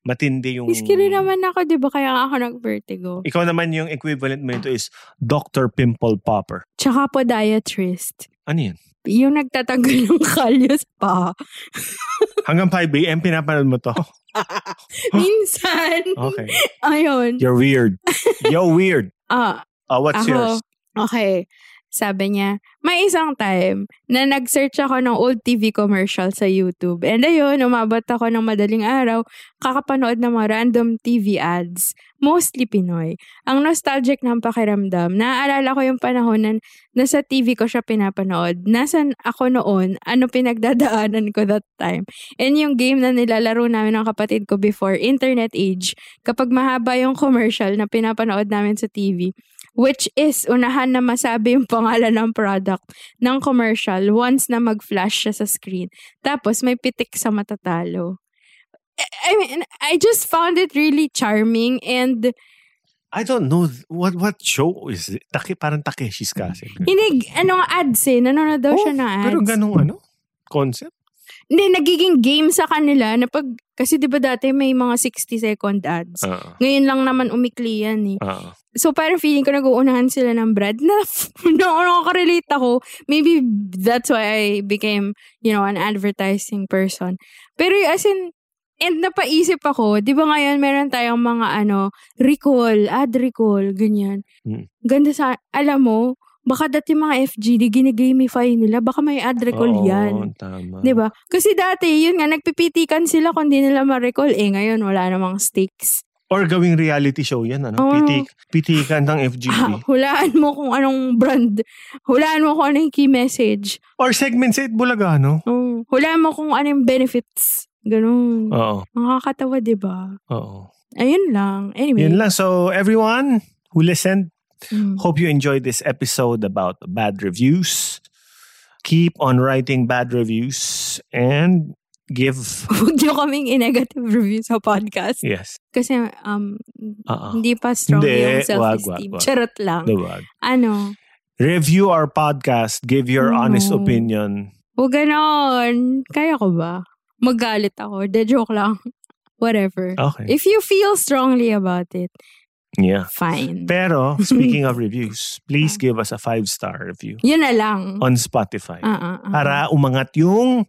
S1: matindi yung...
S2: Miski rin naman ako, di ba? Kaya nga ako nag-vertigo.
S1: Ikaw naman yung equivalent mo nito is Dr. Pimple Popper.
S2: Tsaka podiatrist.
S1: Ano yun?
S2: Yung nagtatanggal ng kalyos pa.
S1: Hanggang 5 a.m. pinapanood mo to?
S2: Minsan.
S1: Okay.
S2: Ayun.
S1: You're weird. You're weird.
S2: Ah,
S1: Ah, what's
S2: Ako,
S1: yours?
S2: okay. Sabi niya, may isang time na nag-search ako ng old TV commercial sa YouTube. And ayun, umabot ako ng madaling araw, kakapanood ng mga random TV ads, mostly Pinoy. Ang nostalgic ng pakiramdam, naaalala ko yung panahon na nasa TV ko siya pinapanood. Nasaan ako noon, ano pinagdadaanan ko that time. And yung game na nilalaro namin ng kapatid ko before, internet age, kapag mahaba yung commercial na pinapanood namin sa TV, which is unahan na masabi yung pangalan ng product ng commercial once na mag-flash siya sa screen. Tapos may pitik sa matatalo. I- I mean, I just found it really charming and
S1: I don't know th- what what show is it. Taki, parang Takeshi's Castle.
S2: hindi, ano nga ads eh, nanonood
S1: Oh,
S2: daw siya na ads.
S1: Pero ganong ano? Concept?
S2: Hindi, nagiging game sa kanila na pag, kasi di ba dati may mga 60 second ads.
S1: Ah.
S2: Ngayon lang naman umikli yan eh.
S1: ah.
S2: So parang feeling ko nag-uunahan sila ng Brad na na nakaka-relate ako. Maybe that's why I became, you know, an advertising person. Pero y- as in, and napaisip ako, di ba ngayon meron tayong mga ano, recall, ad recall, ganyan.
S1: Mm.
S2: Ganda sa, alam mo, baka dati mga FGD ginigamify nila, baka may ad recall
S1: Oo,
S2: yan.
S1: Oh, tama.
S2: Di ba? Kasi dati, yun nga, nagpipitikan sila kung di nila ma-recall. Eh, ngayon, wala namang stakes.
S1: Or gawing reality show yan. Ano?
S2: Oo.
S1: Pitik, pitikan ng
S2: Ah,
S1: FGD.
S2: hulaan mo kung anong brand. Hulaan mo kung ano yung key message.
S1: Or segment sa Itbulaga, no?
S2: Oh, hulaan mo kung ano yung benefits. Ganun.
S1: Oo.
S2: Nakakatawa, di ba?
S1: Oo.
S2: Ayun lang. Anyway.
S1: Yun lang. So, everyone who listened,
S2: Mm.
S1: hope you enjoyed this episode about bad reviews. Keep on writing bad reviews and give.
S2: Huwag niyo kaming i-negative review sa podcast.
S1: Yes.
S2: Kasi, um,
S1: Uh-uh.
S2: hindi pa strong
S1: Hindi,
S2: yung
S1: wag,
S2: self-esteem.
S1: wag, wag.
S2: Charot lang.
S1: Diba?
S2: Ano?
S1: Review our podcast. Give your
S2: No.
S1: honest opinion.
S2: Huwag ganon. Kaya ko ba? Magalit ako. De joke lang. whatever.
S1: Okay.
S2: If you feel strongly about it,
S1: yeah.
S2: fine.
S1: Pero, speaking of reviews, please give us a five-star review
S2: Yun na lang.
S1: on Spotify
S2: Ah, ah, ah.
S1: para umangat yung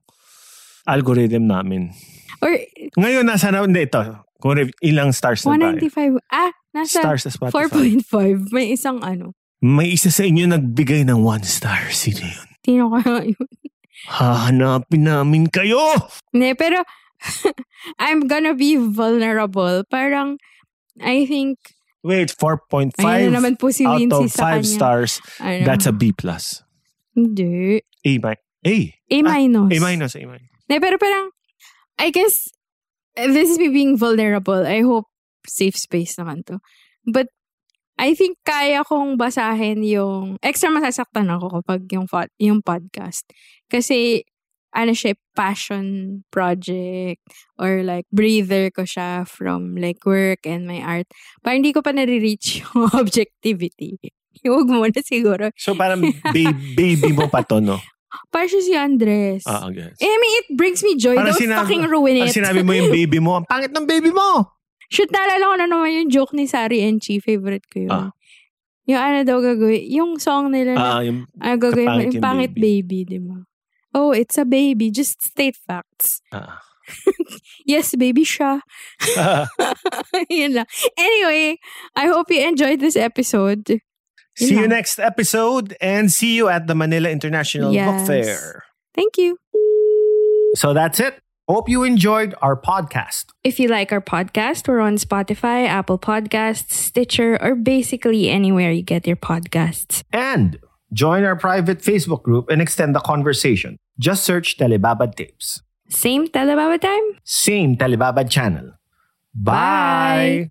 S1: algorithm namin.
S2: Or
S1: Ngayon, nasa na, hindi, ito. Kung rev- ilang stars na tayo.
S2: 195. Ah, nasa
S1: Stars sa Spotify.
S2: 4.5. May isang ano.
S1: May isa sa inyo nagbigay ng one star. Sino yun?
S2: Tino kaya yun.
S1: Hahanapin namin kayo!
S2: Hindi, pero I'm gonna be vulnerable. Parang, I think,
S1: Wait, 4.5
S2: ayun na naman po si
S1: out of
S2: Wincy
S1: 5
S2: sa kanya.
S1: stars.
S2: Ano?
S1: That's a B plus.
S2: Hindi.
S1: A minus. Ah, A.
S2: A minus.
S1: A minus. A minus.
S2: Hindi, pero parang, I guess, uh, this is me being vulnerable. I hope safe space naman to. But, I think kaya kong basahin yung, extra masasaktan ako kapag yung, fo- yung podcast. Kasi, ano siya, passion project or like breather ko siya from like work and my art. Parang hindi ko pa nare-reach yung objectivity. Huwag muna siguro.
S1: So parang baby, baby mo pa to, no?
S2: Parang siya si Andres.
S1: Ah, okay.
S2: Eh, I mean, it brings me joy.
S1: Parang
S2: Don't
S1: sinabi-
S2: fucking ruin
S1: Parang
S2: it.
S1: sinabi mo yung baby mo, ang pangit ng baby mo!
S2: Shoot, naalala ko na naman yung joke ni Sari and Chi. Favorite ko yun.
S1: Ah.
S2: Yung ano daw gagawin. Yung song nila na,
S1: Ah, yung,
S2: ano gagawin mo,
S1: kapangit
S2: yung
S1: yung
S2: pangit baby, di ba? Oh, it's a baby. Just state facts.
S1: ah.
S2: Yes, baby siya. Yun lang. Anyway, I hope you enjoyed this episode.
S1: see you
S2: lang.
S1: next episode and see you at the Manila International Book
S2: Yes.
S1: Fair.
S2: Thank you.
S1: So that's it. Hope you enjoyed our podcast.
S2: If you like our podcast, we're on Spotify, Apple Podcasts, Stitcher, or basically anywhere you get your podcasts.
S1: And join our private Facebook group and extend the conversation. Just search Telebabad Tapes.
S2: Same Telebaba time?
S1: Same Telebabad channel. Bye.